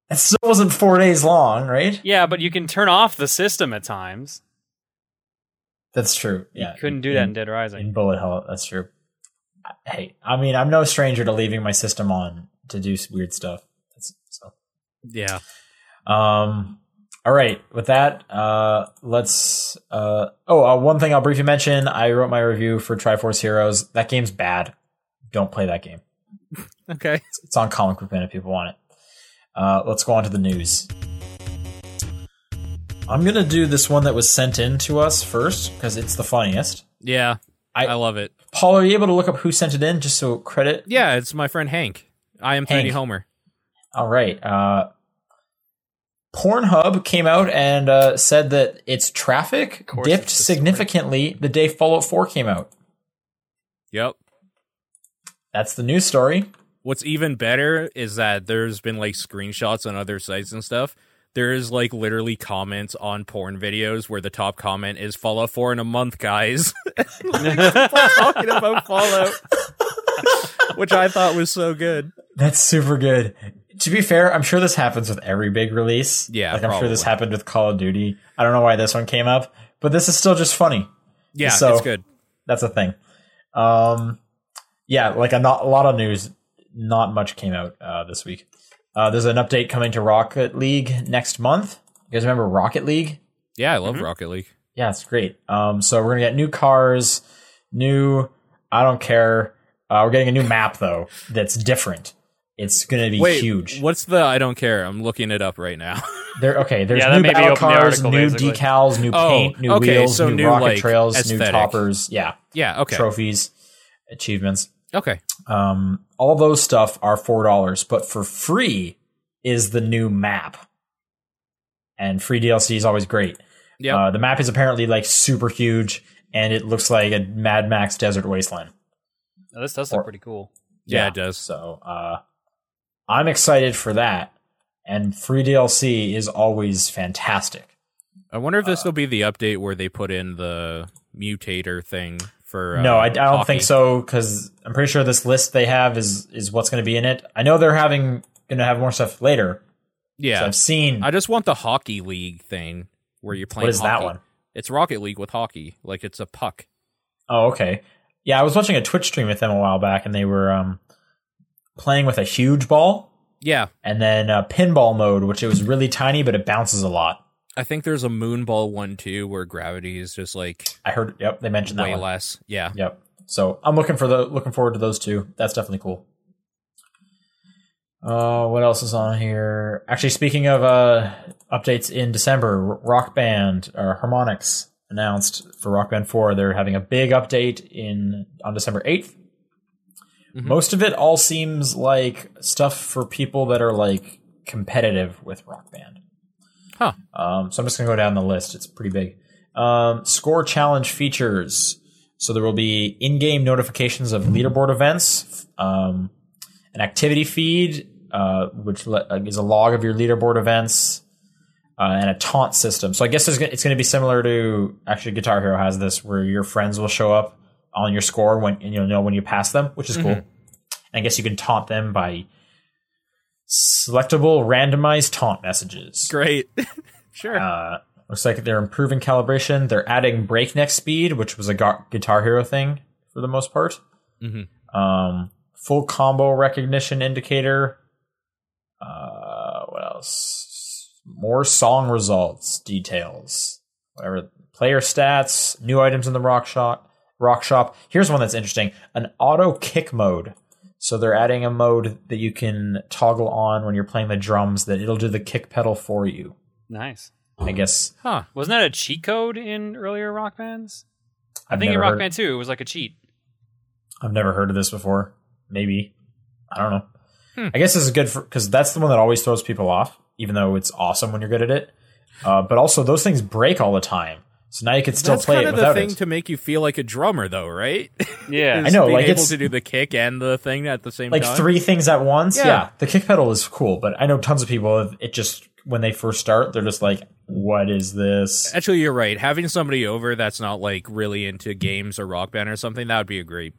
That still wasn't four days long, right?
Yeah, but you can turn off the system at times.
That's true. Yeah, Mm-hmm.
you couldn't do that in Dead Rising.
in Bullet Hell. That's true. I- Hey, I mean, I'm no stranger to leaving my system on to do s- weird stuff. That's, so
Yeah.
Um, all right. With that, uh, let's. Uh, oh, uh, one thing I'll briefly mention. I wrote my review for Triforce Heroes. That game's bad. don't play that game. Mm-hmm.
Okay.
It's on Comic Book Man if people want it. Uh, let's go on to the news. I'm gonna do this one that was sent in to us first because it's the funniest.
Yeah. I,
I-
I love it.
Paul, are you able to look up who sent it in just so credit?
Yeah, it's my friend Hank. I am 3D
Hank.
Homer.
All right. Uh, Pornhub came out and uh, said that its traffic
course
dipped
it's the story.
significantly the day Fallout 4 came out.
Yep.
That's the news story.
What's even better is that there's been like screenshots on other sites and stuff. There is like literally comments on porn videos where the top comment is Fallout 4 in a month, guys. <laughs> Talking about Fallout. <laughs> Which I thought was so good.
That's super good. To be fair, I'm sure this happens with every big release.
Yeah,
like I'm sure this
probably.
happened with Call of Duty. I don't know why this one came up, but this is still just funny.
Yeah,
So-
it's good.
That's a thing. Um, yeah, like a, not, a lot of news. Not much came out uh, this week. Uh, there's an update coming to Rocket League next month. You guys remember Rocket League?
Yeah, I love
Mm-hmm.
Rocket League.
Yeah, it's great. Um, so we're gonna get new cars, new. I don't care. Uh, we're getting a new map though. That's different. It's gonna be
Wait,
huge.
what's the I don't care? I'm looking it up right now. <laughs>
There, okay, there's
Yeah, that
new
may be
battle
open the
cars,
article,
new
basically.
decals, new
Oh,
paint, new
okay,
wheels,
so
new,
new,
rocket
like,
trails, new
aesthetic.
toppers. Yeah,
yeah, okay.
trophies, achievements.
Okay.
Um, all those stuff are four dollars, but for free is the new map. And free DLC is always great.
Yep.
Uh, the map is apparently like super huge, and it looks like a Mad Max desert wasteland.
Now, Oh, this does
Or-
look pretty cool.
Yeah, it does.
So uh, I'm excited for that. And free DLC is always fantastic.
I wonder if
uh,
this will be the update where they put in the mutator thing for. Uh,
no, I, I don't
hockey.
think so because I'm pretty sure this list they have is is what's going to be in it. I know they're having going to have more stuff later. So
Yeah,
I've seen
I just want the hockey league thing where you're playing.
what is that
hockey.
one?
It's Rocket League with hockey. Like it's a puck.
Oh, okay. Yeah, I was watching a Twitch stream with them a while back, and they were um, playing with a huge ball
Yeah,
and then uh, pinball mode, which it was really tiny, but it bounces a lot.
I think there's a moonball one too where gravity is just like
I heard. Yep, they mentioned that
way
one.
less. Yeah,
Yep. So I'm looking for the looking forward to those two. That's definitely cool. Uh, what else is on here? Actually, speaking of uh, updates in December, R- Rock Band or Harmonix announced for Rock Band Four they're having a big update in on December 8th
Mhm.
Most of it all seems like stuff for people that are like competitive with Rock Band.
Huh.
Um, so I'm just gonna go down the list. It's pretty big. Um, score challenge features. So there will be in-game notifications of leaderboard events, um, an activity feed, uh, which le- uh, is a log of your leaderboard events, uh, and a taunt system. So I guess there's gonna, it's going to be similar to actually Guitar Hero has this, where your friends will show up on your score when and you'll know when you pass them, which is cool. And I guess you can taunt them by selectable randomized taunt messages.
great. <laughs> sure.
Uh, looks like they're improving calibration. They're adding breakneck speed, which was a gu- Guitar Hero thing for the most part.
Mhm.
Um, full combo recognition indicator. Uh, what else? More song results details. Whatever. Player stats. New items in the rock shop. Rock shop. Here's one that's interesting: an auto kick mode. So they're adding a mode that you can toggle on when you're playing the drums that it'll do the kick pedal for you.
Nice.
I guess
huh.
Wasn't that a cheat code in earlier Rock Bands? I
I've
think in
never
Rock
heard-
Band 2, it was like a cheat.
I've never heard of this before. Maybe I don't know.
Hmm.
I guess this is good for because that's the one that always throws people off, even though it's awesome when you're good at it. Uh, but also, those things break all the time, so now you can still
That's
play
kind
it
of the
without
thing
it.
to make you feel like a drummer, though, right? <laughs>
Yeah.
I know,
being
like,
able
it's-
to do the kick and the thing at the same
like
time.
three things at once.
Yeah.
Yeah. the kick pedal is cool, but I know tons of people. It just when they first start, they're just like, "What is this?"
Actually, you're right. Having somebody over that's not like really into games or Rock Band or something that would be a great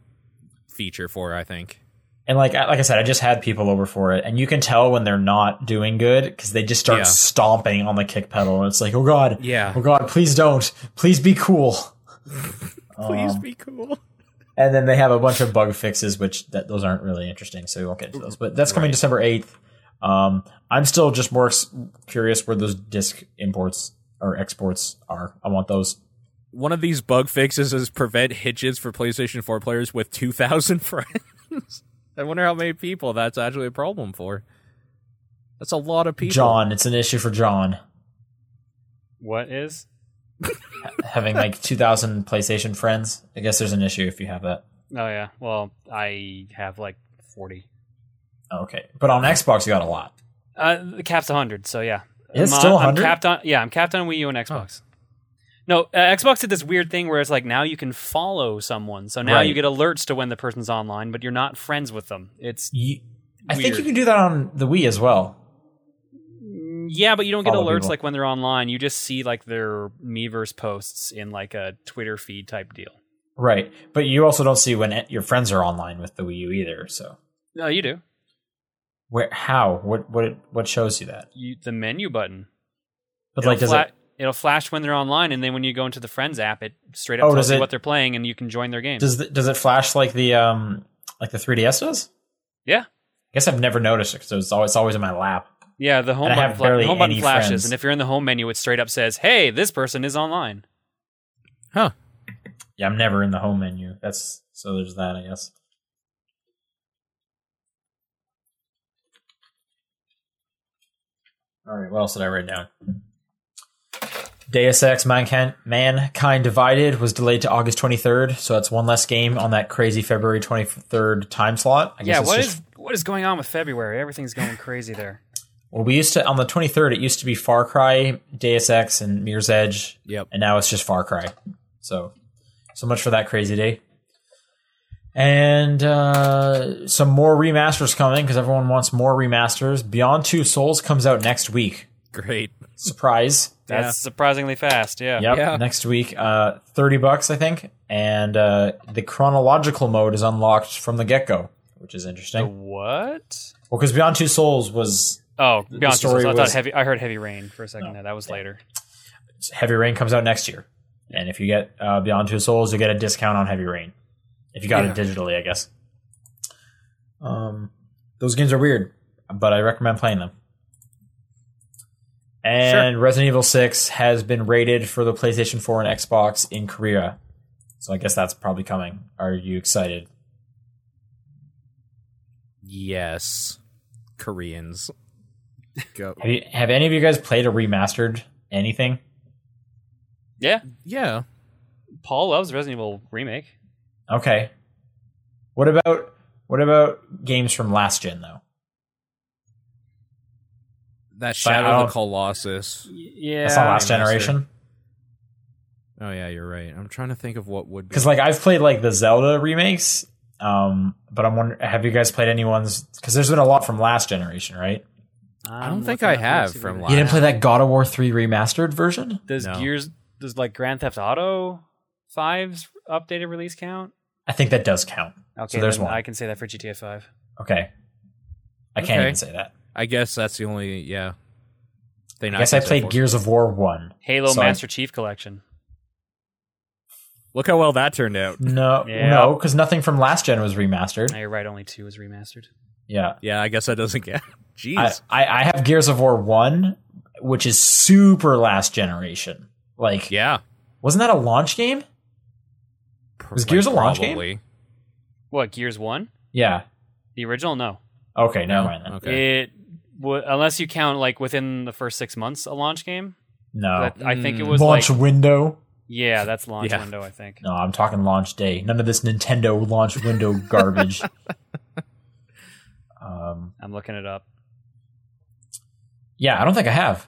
feature for. I think.
And like I- like I said, I just had people over for it, and you can tell when they're not doing good because they just start
Yeah.
stomping on the kick pedal, and it's like, "Oh god,
Yeah.
oh god, please don't, please be cool."
Please
Um,
be cool.
and then they have a bunch of bug fixes, which that, those aren't really interesting, so we won't get to those. But that's coming December eighth. Um, I'm still just more s- curious where those disc imports or exports are. I want those.
<laughs> One of these bug fixes is prevent hitches for PlayStation 4 players with 2,000 frames. suggestions. I wonder how many people that's actually a problem for. That's a lot of people.
John, it's an issue for John
What is?
having like 2,000 PlayStation friends. I guess there's an issue if you have that.
Oh yeah. Well, I have like forty.
Okay, but on Xbox you got a lot.
Uh, the cap's hundred. So yeah.
It's
I'm, uh,
still
I'm
100?
capped on. Yeah, I'm capped on Wii U and Xbox. No, uh, Xbox did this weird thing where it's like now you can follow someone, so now
Right.
you get alerts to when the person's online, but you're not friends with them. It's
You, I think
Weird.
you can do that on the Wii as well.
mm, yeah, but you don't get
Follow
alerts
people.
like when they're online. You just see like their Meverse posts in like a Twitter feed type deal.
Right, but you also don't see when your friends are online with the Wii U either. So
No, you do.
where, how, what, what, what shows you that?
You the menu button.
But
It'll
like, does
fla-
it
will flash when they're online, and then when you go into the friends app, it straight up
Oh,
tells
does
you
it-
what they're playing, and you can join their game.
does the, does it flash like the um like the 3DS does?
Yeah.
I guess I've never noticed it because it's always it's always in my lap.
yeah, the home
And I
button,
have
fla- the
barely
home button
any
flashes,
friends.
and if you're in the home menu, it straight up says, "Hey, this person is online."
Huh.
Yeah, I'm never in the home menu. That's so there's that. I guess. All right, what else did I write down? Deus Ex Mankind, Mankind Divided was delayed to August 23rd, so that's one less game on that crazy February 23rd time slot. I guess
Yeah,
it's
what
just
is what is going on with February?
<laughs>
Everything's going crazy there.
Well, we used to on the 23rd. It used to be Far Cry, Deus Ex, and Mirror's Edge,
Yep.
and now it's just Far Cry. So, so much for that crazy day. And uh, some more remasters coming because everyone wants more remasters. Beyond Two Souls comes out next week.
Great.
Surprise!
That's
Yeah.
surprisingly fast. Yeah.
Yep,
Yeah.
next week. Uh, Thirty bucks, I think. And uh, the chronological mode is unlocked from the get go, which is
The
interesting.
what?
Well, because Beyond Two Souls was
Oh, beyond Two
story
Souls. I
was- Oh,
thought heavy. I heard heavy rain for a second there. That was later.
Heavy Rain comes out next year, and if you get uh, Beyond Two Souls, you get a discount on Heavy Rain. If you got it digitally, I guess. Um, those games are weird, but I recommend playing them. And Resident Evil Six has been rated for the PlayStation Four and Xbox in Korea, so I guess that's probably coming. Are you excited?
Yes. Koreans. Go.
Have you have any of you guys played a remastered anything?
Yeah.
Yeah.
Paul loves Resident Evil remake.
Okay. What about what about games from last gen though?
That
But I
Shadow of
don't-
the Colossus.
Yeah.
That's not last
remastered.
generation.
Oh yeah, you're right. I'm trying to think of what would be.
because like I've played like the Zelda remakes, um, but I'm wondering, have you guys played any ones? Because there's been a lot from last generation, right?
I don't think I have from last.
You didn't play that God of War three remastered version?
Does
No.
Gears does like Grand Theft Auto 5's updated release count?
I think that does count.
Okay,
there's
then
one.
I can say that for GTA 5.
Okay, I can't
Okay.
even say that.
I guess that's the only yeah. Thing
I guess I
can say
played
for-
Gears of War one.
Halo
So I-
Master Chief Collection.
Look how well that turned out.
No,
Yeah.
no, because nothing from last gen was
Oh,
remastered.
you're right, only two is remastered.
Yeah,
Yeah, I guess that doesn't get. <laughs> Jeez.
I, I, I have Gears of War one, which is super last generation. Like,
yeah.
wasn't that a launch game? Was Gears a launch game?
probably.
What, Gears 1?
Yeah.
The original? No.
Okay, never mind. Then.
Okay.
It wa unless you count like within the first 6 months a launch game.
No.
That- I think it
Mm.
was
launch
like
window.
Yeah, that's launch
Yeah.
window, I think.
No, I'm talking launch day. None of this Nintendo launch window garbage. um,
I'm looking it up.
yeah, I don't think I have.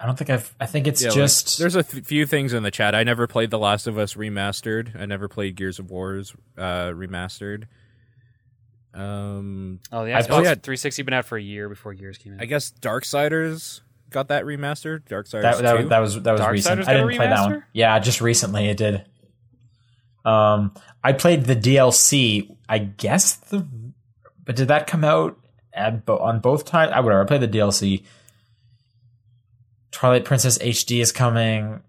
I don't think I've. I think it's
Yeah, like,
just.
There's a th- few things in the chat. I never played The Last of Us remastered. I never played Gears of War's uh, remastered. Um,
Oh, the
I-
Xbox
oh, yeah.
360 been out for a year before Gears came out.
I guess Darksiders got that remastered. Darksiders
that, that,
2.
that was that was
Darksiders
recent.
got
I
a
didn't play that
remaster?
one. Yeah, just recently it did. Um, I played the DLC. I guess the, but did that come out at bo- on both times? I whatever. I played the DLC. Twilight Princess HD is coming.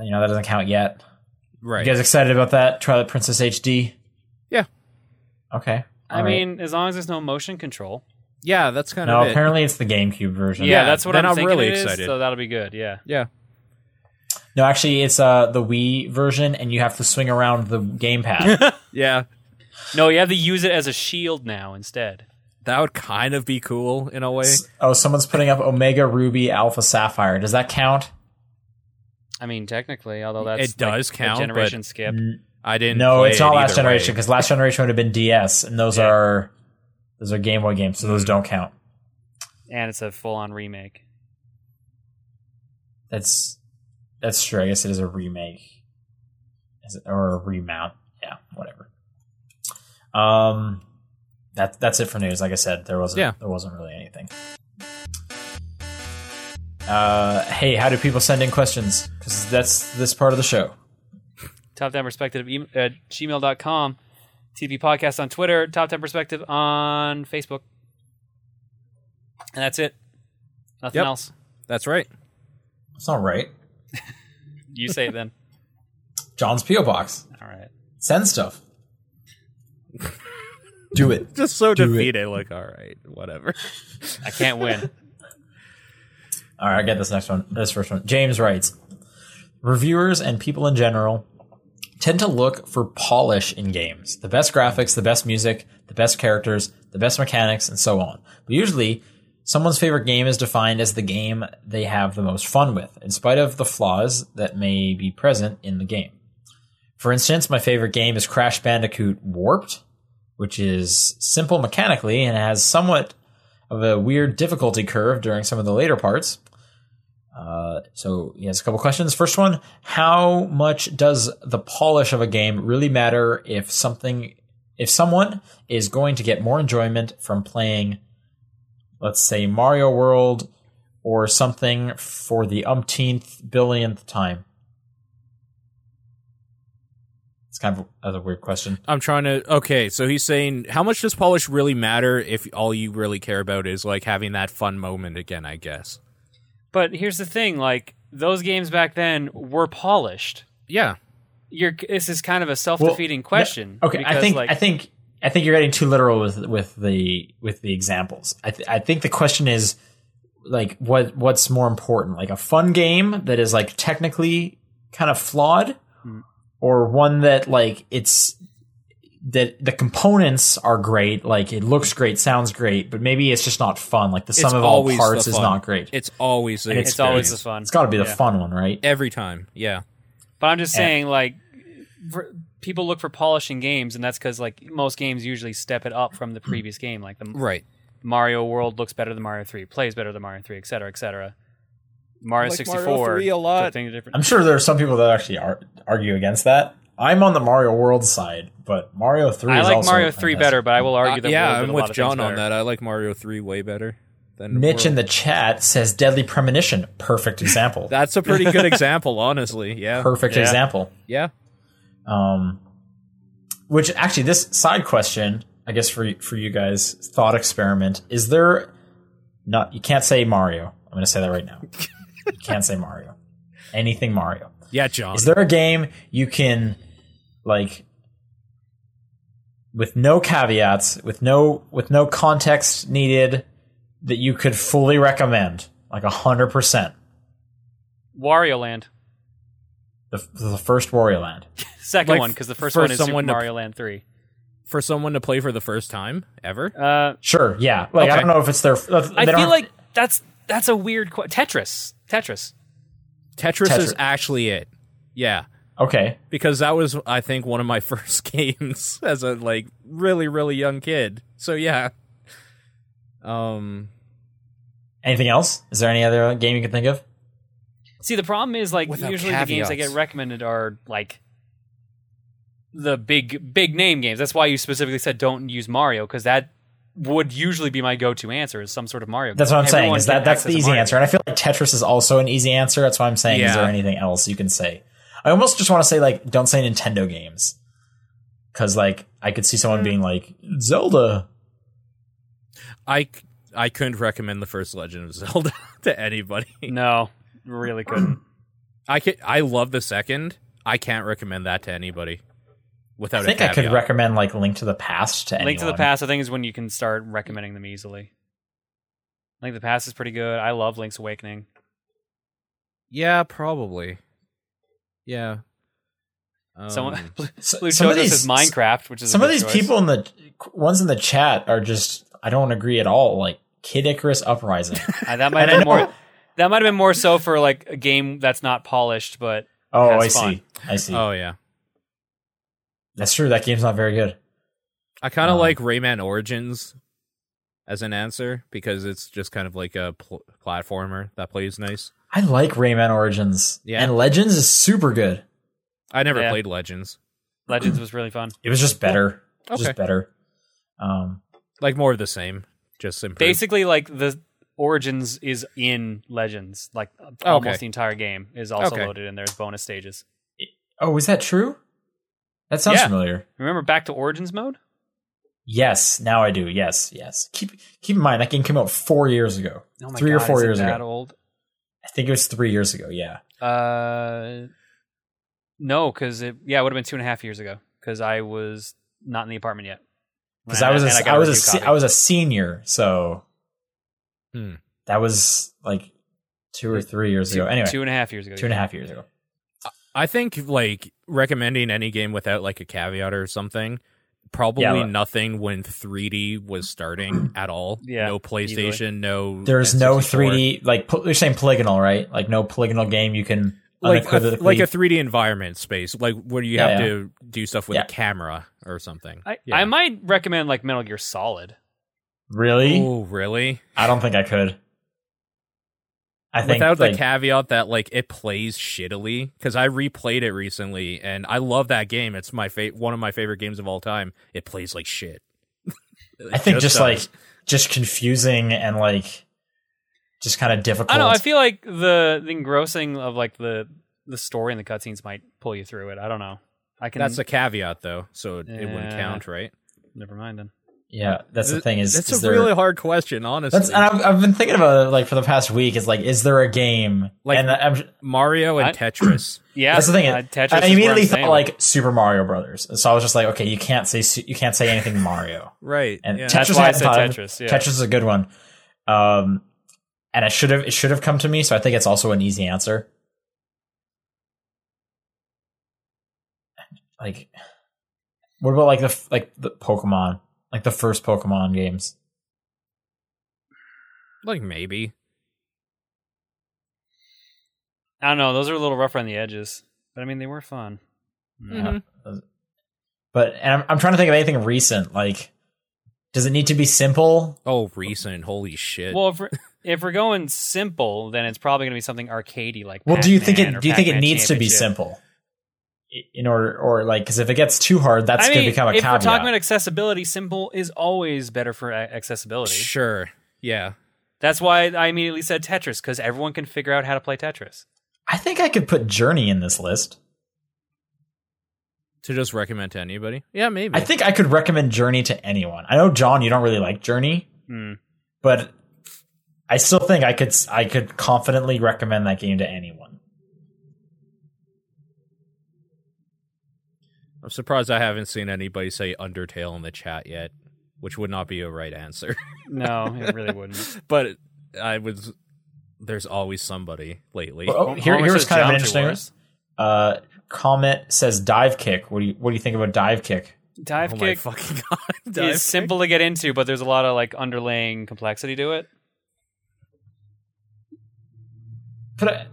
You know that doesn't count yet.
right.
You guys excited about that? Twilight Princess HD?
Yeah.
Okay.
I
All right.
mean, as long as there's no motion control.
yeah, that's kind
no,
of it.
apparently it's the GameCube version.
Yeah,
Yeah,
that's what
then
I'm,
I'm
thinking
really
it is,
excited.
So that'll be good. Yeah.
Yeah. <laughs>
No, actually it's uh the Wii version and you have to swing around the gamepad.
Yeah.
No, you have to use it as a shield now instead.
That would kind of be cool in a way.
Oh, someone's putting up Omega Ruby Alpha Sapphire. Does that count?
I mean, technically, although that's
It does
like, a
count, but- Mm.
generation skip.
I didn't.
No,
play
it's
it
not
either
last generation
way.
because last generation would have been DS, and those
Yeah.
are those are Game Boy games, so
Mm.
those don't count.
and it's a full-on remake.
That's that's true. I guess it is a remake, is it, or a remount. Yeah, whatever. Um, that that's it for news. Like I said, there wasn't
Yeah.
there wasn't really anything. Uh, hey, how do people send in questions? Because that's this part of the show.
Top 10 Perspective em- uh, at gmail.com. TP Podcast on Twitter. Top 10 Perspective on Facebook. And that's it. Nothing
Yep.
else.
That's right.
That's not right.
You say
<laughs>
it then.
John's PO box.
All right.
Send stuff. do it.
Just so
Do it.
defeated. Like, all right, whatever.
I can't win.
All right, I get this next one. This first one. James writes Reviewers and people in general tend to look for polish in games the best graphics, the best music, the best characters, the best mechanics, and so on. But usually, someone's favorite game is defined as the game they have the most fun with, in spite of the flaws that may be present in the game. For instance, my favorite game is Crash Bandicoot Warped, which is simple mechanically and has somewhat of a weird difficulty curve during some of the later parts. Uh, so he has a couple questions. First one: How much does the polish of a game really matter if something, if someone is going to get more enjoyment from playing, let's say Mario World or something for the umpteenth billionth time? It's kind of a, that's a weird question.
<laughs> I'm trying to. Okay, so he's saying, how much does polish really matter if all you really care about is like having that fun moment again? I guess.
But here's the thing like, those games back then were polished.
Yeah.
You're, this is kind of a self
Well,
defeating question.
Okay, I
because,
think
like,
I think I think you're getting too literal with with the with the examples. I th- I think the question is like what what's more important, like a fun game that is like technically kind of flawed,
Hmm.
or one that like it's that the components are great, like it looks great, sounds great, but maybe it's just not fun. Like the sum
It's
of all
always the
parts is
fun.
not great.
It's always an
It's
it's always the
experience.
fun.
it's got to be the
Yeah.
fun one, right?
every time. Yeah.
But I'm just
Yeah.
saying, like, for, people look for polishing games, and that's because like most games usually step it up from the previous game. Like the
Right.
Mario World looks better than Mario Three, plays better than Mario Three, et cetera, et cetera. Mario
Like
sixty
Mario
four,
3 a lot.
I'm sure there are some people that actually ar- argue against that. I'm on the Mario World side, but Mario Three.
I
is
like
also
Mario Three
fantastic.
better, but I will argue
Uh,
that
yeah,
World did
I'm
a lot
with
of
John
things
on
better.
that. I like Mario Three way better than
Mitch in
World.
the chat says Deadly Premonition. Perfect
<laughs>
example.
That's a pretty good example, honestly. Yeah.
Perfect
Yeah.
example.
Yeah.
Um, which actually, this side question, I guess for for you guys, thought experiment: Is there not? You can't say Mario. I'm going to say that
<laughs>
right now. you can't say Mario. Anything Mario.
Yeah, John.
Is there a game you can like with no caveats, with no with no context needed that you could fully recommend, like hundred percent?
Wario Land,
The, the first Wario Land.
second
Like,
one, because the first
for
one is Super
someone to-
Mario Land Three.
for someone to play for the first time ever?
Uh,
Sure, yeah. Like I
Okay.
don't know if it's their. They
I
don't,
feel like that's that's a weird qu- Tetris. Tetris.
Tetris,
Tetris.
is actually it. Yeah.
okay.
Because that was I think one of my <laughs> first games as a like really really young kid. So yeah. Um
Anything else? Is there any other game you can think of?
See, the problem is like
Without
usually the games that get
caveats.
recommended are like the big big name games. That's why you specifically said don't use Mario because that would usually be my go to answer is some sort of Mario.
That's
game.
what I'm saying.
Everyone
Is that
can
that's the
access a
easy
Mario
answer? And I feel like Tetris is also an easy answer. That's why I'm saying. Is
Yeah.
there anything else you can say? I almost just want to say like, don't say Nintendo games, because like I could see
Hmm.
someone being like Zelda.
I c- I couldn't recommend the first Legend of <laughs> Zelda to anybody.
game. No,
<clears throat>
really couldn't.
I can, I love the second. I can't recommend that to anybody. Without
I
a
think I could
caveat.
recommend like Link to the Past to anyone.
Link to the Past, I think, is when you can start recommending them easily. Link to the Past is pretty good. I love Link's Awakening.
Yeah, probably. Yeah. Um,
Someone
So-
<laughs> Blue
some of
chose this
these
as Minecraft, which is a
Some of
good
these
choice.
people in the ones in the chat are just I don't agree at all. Like Kid Icarus Uprising. <laughs>
Uh, that <laughs>
I
might have been
know.
more. That might have been more so for like a game that's not polished, but
Oh, I
That's
see. I <laughs> see.
oh yeah,
That's true. That game's not very good.
I kind of
Um,
like Rayman Origins as an answer because it's just kind of like a pl- platformer that plays nice.
I like Rayman Origins.
Yeah.
And Legends is super good.
I never
Yeah.
played Legends,
Legends was really fun.
It was just better. It was
Okay.
Just better. Um,
like more of the same, just improved.
Basically, like the Origins is in Legends, like almost the entire game is also
Okay.
loaded in there as bonus stages.
oh, is that true? That sounds
Yeah.
familiar.
Remember back to Origins mode?
Yes, now I do. Yes, yes. Keep keep in mind that game came out four years ago.
Oh
Three or four
is it
years
that
ago.
old?
I think it was three years ago. Yeah.
Uh, no, because it yeah, it would have been two and a half years ago because I was not in the apartment yet. When
because I was
and
a,
got
I, was a
review
se-
copy.
I was a senior, so
Hmm.
that was like two or three years ago. Anyway,
two and a half years ago.
two and a half years ago.
I think like recommending any game without like a caveat or something. Probably
Yeah, but-
nothing when 3D was starting at all.
Yeah,
no PlayStation,
Hmm.
no.
There's no
N64.
3D like pol- you're saying polygonal, right? Like no polygonal game you can
like a,
unequivocally-
like a 3D environment space, like where you
Yeah,
have
yeah.
to do stuff with
Yeah.
a camera or something.
I,
Yeah.
I might recommend like Metal Gear Solid.
really.
Oh, really?
I don't think I could. I think
Without the
like,
caveat that like it plays shittily, because I replayed it recently and I love that game. It's my fa- one of my favorite games of all time. It plays like <laughs> shit.
I think just, like
does.
just confusing and like just kind of difficult.
I don't know. I feel like the, the engrossing of like the the story and the cutscenes might pull you through it. I don't know. I can.
that's a caveat though, so it, it wouldn't
Yeah.
count, right?
never mind then.
yeah, that's the
Th-
thing. Is
That's
is
a
there,
really hard question, honestly.
That's, and I've, I've been thinking about it like for the past week. Is like, is there a game?
Like-
and I'm,
Mario and <coughs>
I-
Tetris.
Yeah,
That's the thing.
Uh, Tetris
I
is where
immediately
I'm
thought
saying.
like Super Mario Brothers, so I was just like, okay, you can't say su- you can't say anything <laughs> Mario.
Right.
And
yeah.
Tetris
That's why I
had
said
fun.
Tetris, yeah.
Tetris is a good one. Um, and I should have it should have come to me, so I think it's also an easy answer. Like, what about like the f- like the Pokemon, like the first Pokemon games?
like maybe.
I don't know. Those are a little rough around the edges, but I mean they were fun.
Yeah. But and I'm, I'm trying to think of anything recent. Like, does it need to be simple?
Oh, recent. Holy shit.
Well, if we're, <laughs> if we're going simple, then it's probably going to be something arcadey like.
Well, do you think
Pac-Man or
it? Do you think it
Pac-Man
needs to be
Championship.
simple? I- In order, or like, because if it gets too hard, that's
I mean,
going to become a
if we're
caveat.
talking about accessibility, simple is always better for a- accessibility.
sure. Yeah.
That's why I immediately said Tetris because everyone can figure out how to play Tetris.
I think I could put Journey in this list.
To just recommend to anybody. Yeah, maybe.
I think I could recommend Journey to anyone. I know John, you don't really like Journey,
Hmm.
but I still think I could s- I could confidently recommend that game to anyone.
I'm surprised I haven't seen anybody say Undertale in the chat yet, which would not be a right answer.
No, <laughs> it really wouldn't.
<laughs> but I was there's always somebody lately.
Oh, <laughs> here,
Homer
here's
says
kind of an
Geometry
interesting.
Wars.
Uh, comment says dive kick. What do you what do you think about dive kick?
Dive
oh my
kick
fucking <laughs> god. Dive
is simple to get into, but there's a lot of like underlying complexity to it.
But I-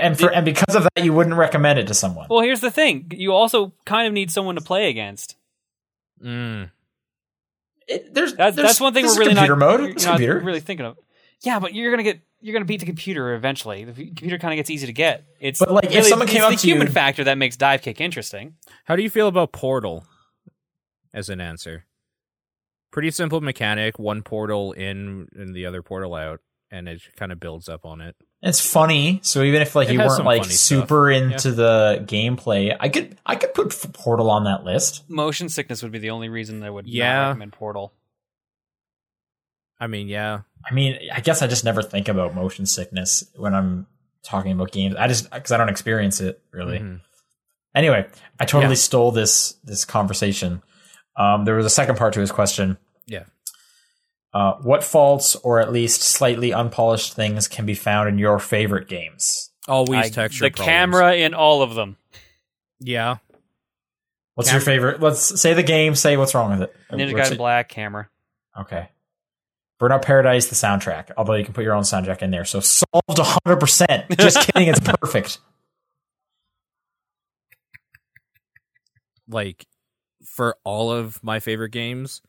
and for and because of that, you wouldn't recommend it to someone.
Well, here's the thing: you also kind of need someone to play against.
kick? Mm.
It, there's,
That's
there's-
that's one thing
this is
we're really
computer
not,
mode.
you're
It's
not
computer.
really thinking of. Yeah, but you're gonna get you're gonna beat the computer eventually. The f- computer kind of gets easy to get. It's
But, like, if
really-
someone came
it's
up
the
to you-
human factor that makes dive kick interesting.
How do you feel about Portal as an answer? Pretty simple mechanic, one portal in and the other portal out, and it kind of builds up on it.
It's funny. So even if like
It
you
has
weren't
some
like
funny stuff.
super into the gameplay, I could I could put F- Portal on that list.
Motion sickness would be the only reason I would not
Yeah.
recommend Portal.
I mean, yeah.
I mean, I guess I just never think about motion sickness when I'm talking about games. I just because I don't experience it really.
Mm-hmm.
Mhm.
Anyway, I totally
Yeah.
stole this this conversation. Um, there was a second part to his question.
Yeah.
Uh, what faults or at least slightly unpolished things can be found in your favorite games?
Always
I-
texture.
the
problems.
camera in all of them.
Yeah.
What's your favorite? Let's say the game. Say what's wrong with it.
Ninja
What's
Gaiden
it-
Black camera.
Okay. Burnout Paradise, the soundtrack. Although you can put your own soundtrack in there, so solved hundred percent.
<laughs>
Just kidding, it's perfect.
Like for all of my favorite games,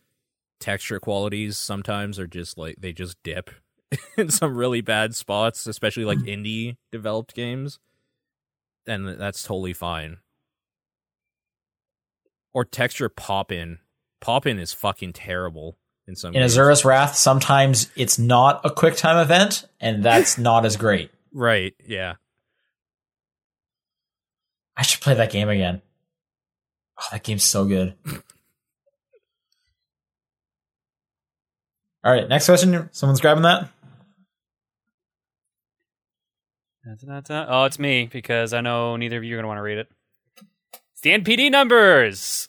texture qualities sometimes are just like they just dip <laughs> in some really bad spots, especially like
Mm.
indie developed games. And that's totally fine. Or texture pop in. Pop in is fucking terrible in some
In
games.
Azura's Wrath, sometimes it's not a quick time event, and that's not as great.
Right, yeah.
I should play that game again. Oh, that game's so good. All right, next question. Someone's grabbing that.
Da-da-da-da. Oh, it's me because I know neither of you are going to want to read it. It's the NPD numbers.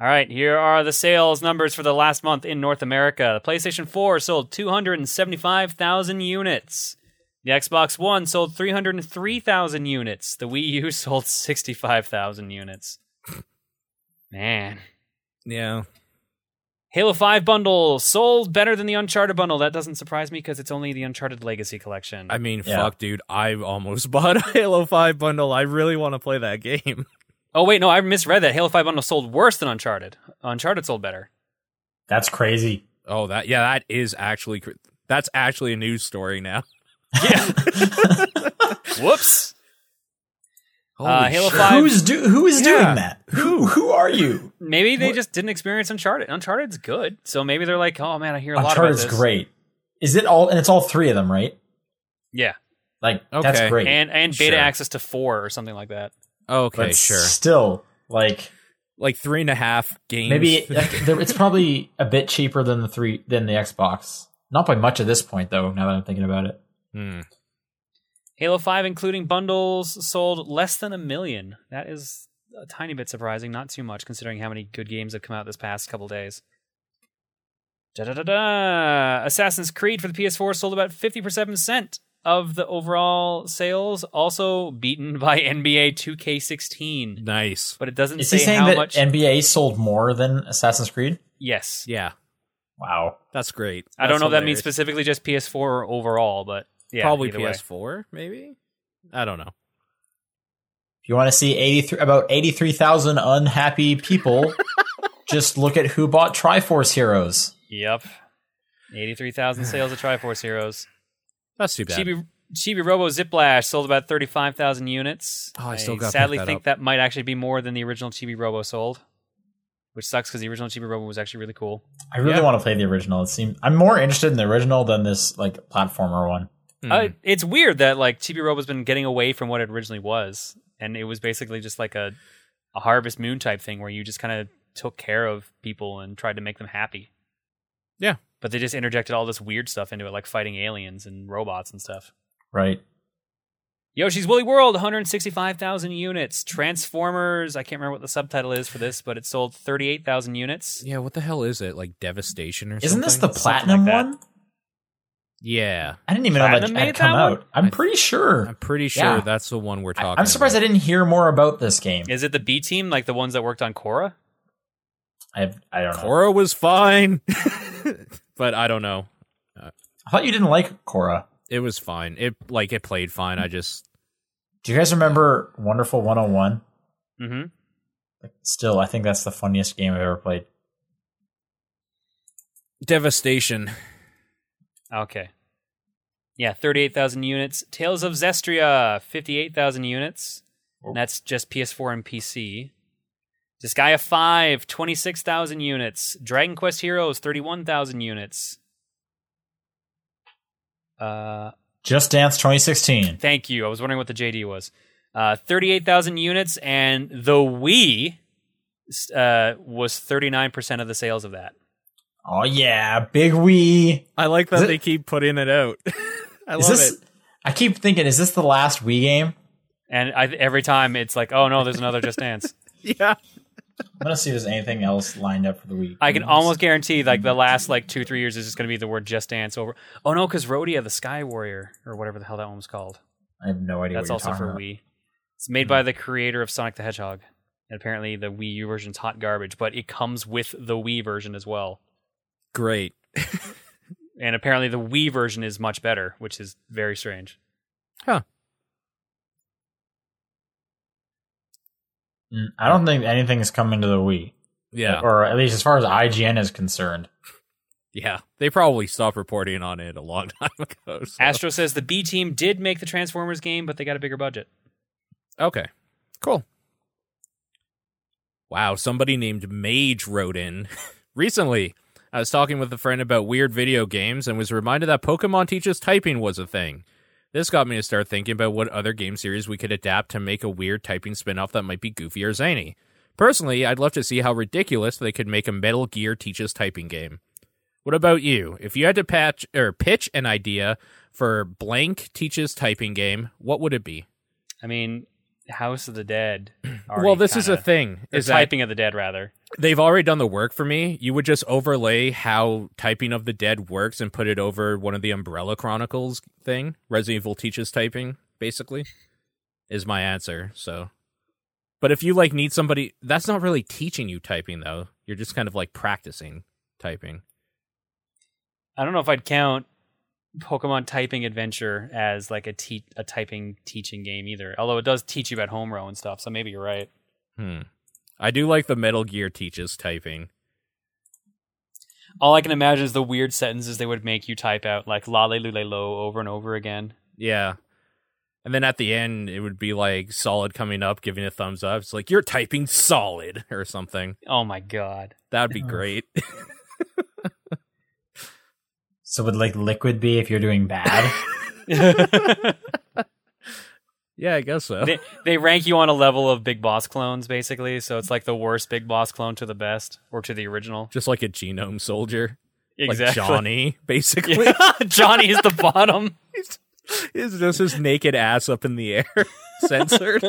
All right, here are the sales numbers for the last month in North America. The PlayStation 4 sold 275,000 units. The Xbox One sold 303,000 units. The Wii U <laughs> sold 65,000 units. Man.
Yeah.
Halo 5 bundle sold better than the Uncharted bundle. That doesn't surprise me because it's only the Uncharted Legacy collection.
I mean,
Yeah.
fuck, dude. I almost <laughs> bought a Halo 5 bundle. I really want to play that <laughs> game.
Oh wait, no, I misread that. Halo Five Bundle sold worse than Uncharted. Uncharted sold better.
That's crazy.
Oh, that, yeah, that is actually, cr- that's actually a news story now.
Yeah. Whoops. Uh, Halo
shit.
<laughs>
5
Who's do who is
Yeah.
doing that? Who who are you?
Maybe they just didn't experience Uncharted. Uncharted's good, so maybe they're like, oh man, I hear a lot about
Uncharted's
this.
great. Is it all? And it's all three of them, right?
Yeah,
Like that's
Okay.
great.
and and beta
Sure.
access to four or something like that.
Okay,
but
sure.
Still, like
Like three and a half games. <laughs>
<laughs>
maybe <laughs> like, there- it's probably a bit cheaper than the three than the Xbox. Not by much at this point, though. Now that I'm thinking about it,
Hmm.
Halo Five, including bundles, sold less than a million. That is a tiny bit surprising, not too much considering how many good games have come out this past couple days. Da da da da! Assassin's Creed for the PS4 sold about fifty percent of the overall sales, also beaten <laughs> by NBA 2K16.
Nice.
But it doesn't
is
say
he saying
how
that
much.
NBA sold more than Assassin's Creed?
yes,
Yeah,
Wow.
that's great.
I don't
That's
know if that
hilarious.
means specifically just PS4 or overall, but yeah,
probably
either way.
PS4, maybe. I don't know.
If you want to see 83, about 83,000 unhappy
<laughs>
people, just look at who bought Triforce Heroes.
Yep, eighty-three thousand sales of Triforce Heroes.
That's too bad.
Chibi, Chibi Robo Ziplash sold about 35,000 units.
Oh, I still gotta pick
sadly
that
think
up.
that might actually be more than the original Chibi Robo sold, which sucks because the original Chibi Robo was actually really cool.
I really
Yeah.
want to play the original. It seemed I'm more interested in the original than this like platformer one.
Hmm.
Uh, it's weird that like Chibi Robo's been getting away from what it originally was, and it was basically just like a, a Harvest Moon type thing where you just kind of took care of people and tried to make them happy.
Yeah.
but they just interjected all this weird stuff into it, like fighting aliens and robots and stuff.
Right.
Yoshi's Woolly World, 165,000 units. Transformers, I can't remember what the subtitle is for this, but it sold 38,000 units.
yeah, what the hell is it? Like Devastation or
Isn't
something?
this the
Something
platinum
like that.
one?
Yeah.
I didn't even know that
Platinum
had
made
come
that one?
out. I'm
I-
pretty sure.
I'm pretty sure
Yeah.
that's the one we're
I-
talking
I'm surprised
about.
I didn't hear more about this game.
Is it the B team, like the ones that worked on Korra?
I, I don't know.
Korra was fine, <laughs> but I don't know.
I thought you didn't like Korra.
It was fine. It like it played fine. I just
Do you guys remember Wonderful 101?
Mm-hmm.
Still, I think that's the funniest game I've ever played.
devastation.
Okay. Yeah, 38,000 units. Tales of Zestria, 58,000 units. And that's just PS4 and PC. Disgaea 5, 26,000 units. Dragon Quest Heroes, 31,000 units. Uh,
Just Dance 2016.
Thank you. I was wondering what the JD was. Uh, 38,000 units, and the Wii uh, was 39% of the sales of that.
Oh yeah, big Wii.
I like
Is
that
it-
they keep putting it out. <laughs> I
Is
love
this?
it.
I keep thinking, is this the last Wii game?
And I, every time it's like, oh no, there's another Just Dance.
<laughs>
Yeah.
I'm gonna see if there's anything else lined up for the Wii.
I
<laughs>
can
games.
almost guarantee like the last like two, three years is just going to be the word Just Dance over. Oh no, because Rodia, the Sky Warrior, or whatever the hell that one was called.
I have no idea.
That's
what you're
also
talking
for
about. Hmm.
Wii. It's made by the creator of Sonic the Hedgehog. And apparently the Wii U version's hot garbage, but it comes with the Wii version as well.
Great.
And apparently the Wii version is much better, which is very strange.
Mm, I don't think anything's coming to the Wii.
Yeah.
Or at least as far as IGN is concerned.
Yeah. They probably stopped reporting on it a long <laughs> time ago. so-
Astro says the B team did make the Transformers game, but they got a bigger budget.
Okay. Cool. Wow, somebody named Mage wrote in. <laughs> Recently, I was talking with a friend about weird video games and was reminded that Pokemon teaches typing was a thing. This got me to start thinking about what other game series we could adapt to make a weird typing spin off that might be goofy or zany. Personally, I'd love to see how ridiculous they could make a Metal Gear teaches typing game. What about you? If you had to patch or pitch an idea for blank teaches typing game, what would it be?
I mean, House of
<clears throat>
the Dead.
Well, this is a
thing.
thing.
Or
Is that
typing of the dead rather.
they've already done the work for me? You would just overlay how typing of the dead works and put it over one of the Umbrella Chronicles thing. Resident Evil teaches typing, basically, is my answer. So, but if you like need somebody, that's not really teaching you typing though. You're just kind of like practicing typing.
I don't know if I'd count Pokemon Typing Adventure as like a te- a typing teaching game either. Although it does teach you about home row and stuff, so maybe you're right.
Hmm. I do like the Metal Gear teaches typing.
All I can imagine is the weird sentences they would make you type out, like lale lule lo over and over again.
Yeah. And then at the end, it would be like solid coming up, giving a thumbs up. It's like, you're typing solid or something.
Oh
<laughs>
my god.
That'd be
Oh.
great.
So would like liquid be if you're doing
<laughs>
bad?
they,
Yeah, I guess so.
they rank you on a level of big boss clones basically, so it's like the worst big boss clone to the best or to the original.
Just like a genome soldier. Like
Exactly. <laughs>
Johnny, basically. <laughs>
Johnny is the bottom.
It's just his naked ass up in the air, <laughs> censored.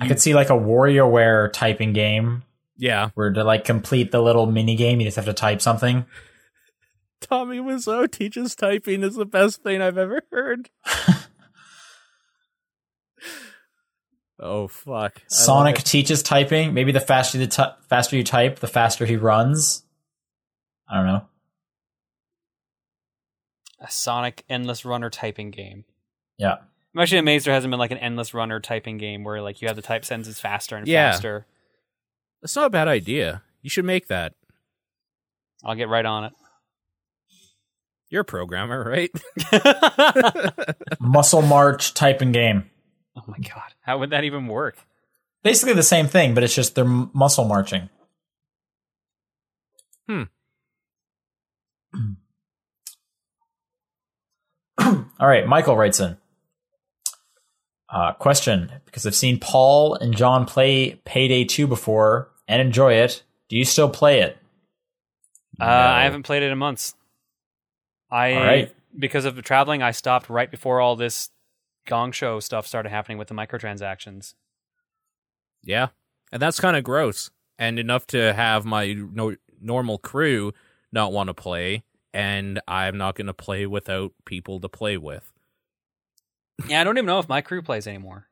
I could see like a WarioWare typing game
yeah.
where to like complete the little mini game, you just have to type something.
Tommy Wiseau teaches typing is the best thing I've ever heard. oh, fuck. I love
Sonic
it.
teaches typing. Maybe the faster the ty- faster you type, the faster he runs. I don't know.
<laughs> A Sonic endless runner typing game.
Yeah.
I'm actually amazed there hasn't been like an endless runner typing game where like you have to type sentences faster and
Yeah.
faster.
That's not a bad idea. You should make that.
I'll get right on
You're a programmer, right? <laughs>
it.
Muscle March typing game.
oh my god, how would that even work?
Basically the same thing, but it's just they're m- muscle marching.
Hmm.
<clears throat> All right, Michael writes in. Uh, question: Because I've seen Paul and John play Payday Two before and enjoy it. Do you still play it?
Uh,
No.
I haven't played it in months. I
All right.
because of the traveling, I stopped right before all this gong show stuff started happening with the microtransactions.
Yeah. And that's kind of gross. And enough to have my no- normal crew not want to play. And I'm not going to play without people to play with.
Yeah, I don't even know if my crew plays anymore.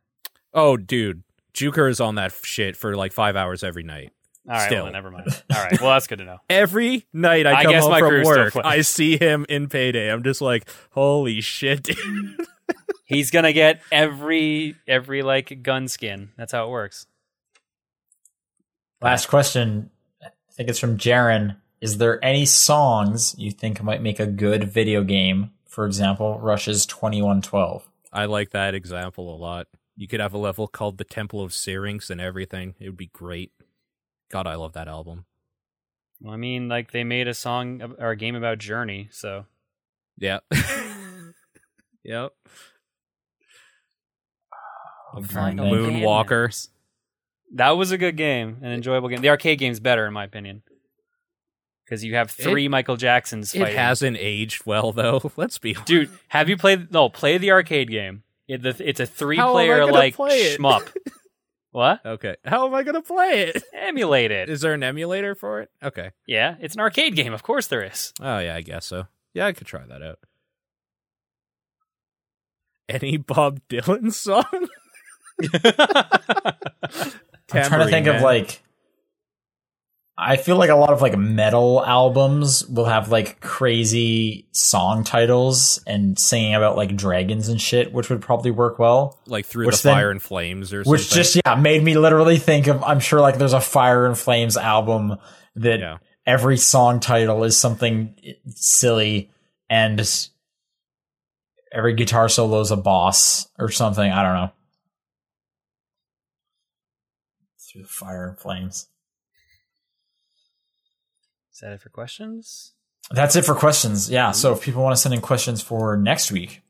Oh, dude. Juker is on that f- shit for like five hours every night.
All right,
Still.
well,
<laughs>
never mind. All right, well, that's good to know.
Every night I
I
come
guess
home
my
from
crew still
work,
plays.
I see him in payday. I'm just like, holy shit. <laughs> dude.
He's gonna get every every like gun skin. That's how it works.
Last question. I think it's from Jaren. Is there any songs you think might make a good video game? For example, Rush's 2112.
I like that example a lot. You could have a level called the Temple of Syrinx and everything. It would be great. God, I love that album.
Well, I mean, like they made a song ab- or a game about Journey, so
Yeah. <laughs> yep.
I'm
Moon
trying to
Moon
think.
Moonwalker.
that was a good game, an enjoyable game. The arcade game's better in my opinion because you have three Michael Jacksons.
It
Fighting.
hasn't aged well though. <laughs> Let's be honest.
dude. Have you played? No, play the arcade game. It, the, it's a
How am I
three-player
gonna
like
play it? <laughs>
shmup. what?
Okay. How am I gonna play it?
Emulate it.
<laughs> Is there an emulator for it? Okay.
yeah, it's an arcade game. Of course there is.
Oh yeah, I guess so. Yeah, I could try that out. any Bob Dylan
<laughs>
song? <laughs>
I'm trying to
Tambourine
think of
Man.
like. I feel like a lot of like metal albums will have like crazy song titles and singing about like dragons and shit, which would probably work well.
like through the
which then-
fire and flames or
Which
something.
just yeah made me literally think of. I'm sure like there's a Fire and Flames album that
yeah.
every song title is something silly and every guitar solo is a boss or something i don't know through the fire and flames
Is that it for questions?
that's it for questions yeah so if people want to send in questions for next week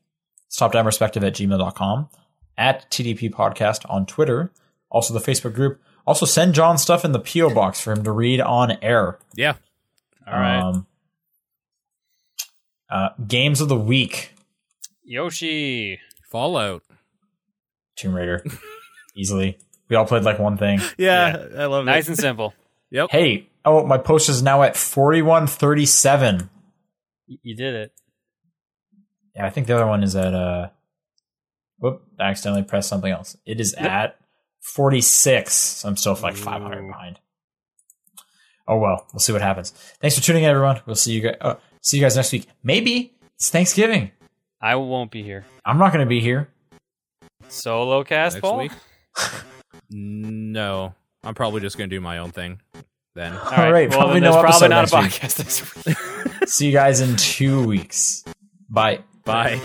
stopdownperspective at gmail.com at tdp podcast on twitter also the facebook group also send john stuff in the po box for him to read on air
yeah.
All right.
um, uh, games of the week
Yoshi.
Fallout.
Tomb
<laughs>
Raider easily. We all played like one thing.
Yeah, I love
<laughs> Nice and simple.
Yep.
Hey, oh, my post is now at 4137.
Y- You did it.
Yeah, I think the other one is at uh whoop, I accidentally pressed something else. It is at 46. So I'm still like 500
Ooh.
behind. Oh well, we'll see what happens. Thanks for tuning in everyone. We'll see you guys uh, see you guys next week. Maybe it's Thanksgiving.
I won't be here.
I'm not going to be here.
Solo cast
Next
<laughs>
Paul?
week? No. I'm probably just going to do my own thing then.
All right.
Alright,
well,
probably
then
no
there's probably
episode
not a
next
podcast next week.
See you guys in 2 weeks. Bye.
Bye.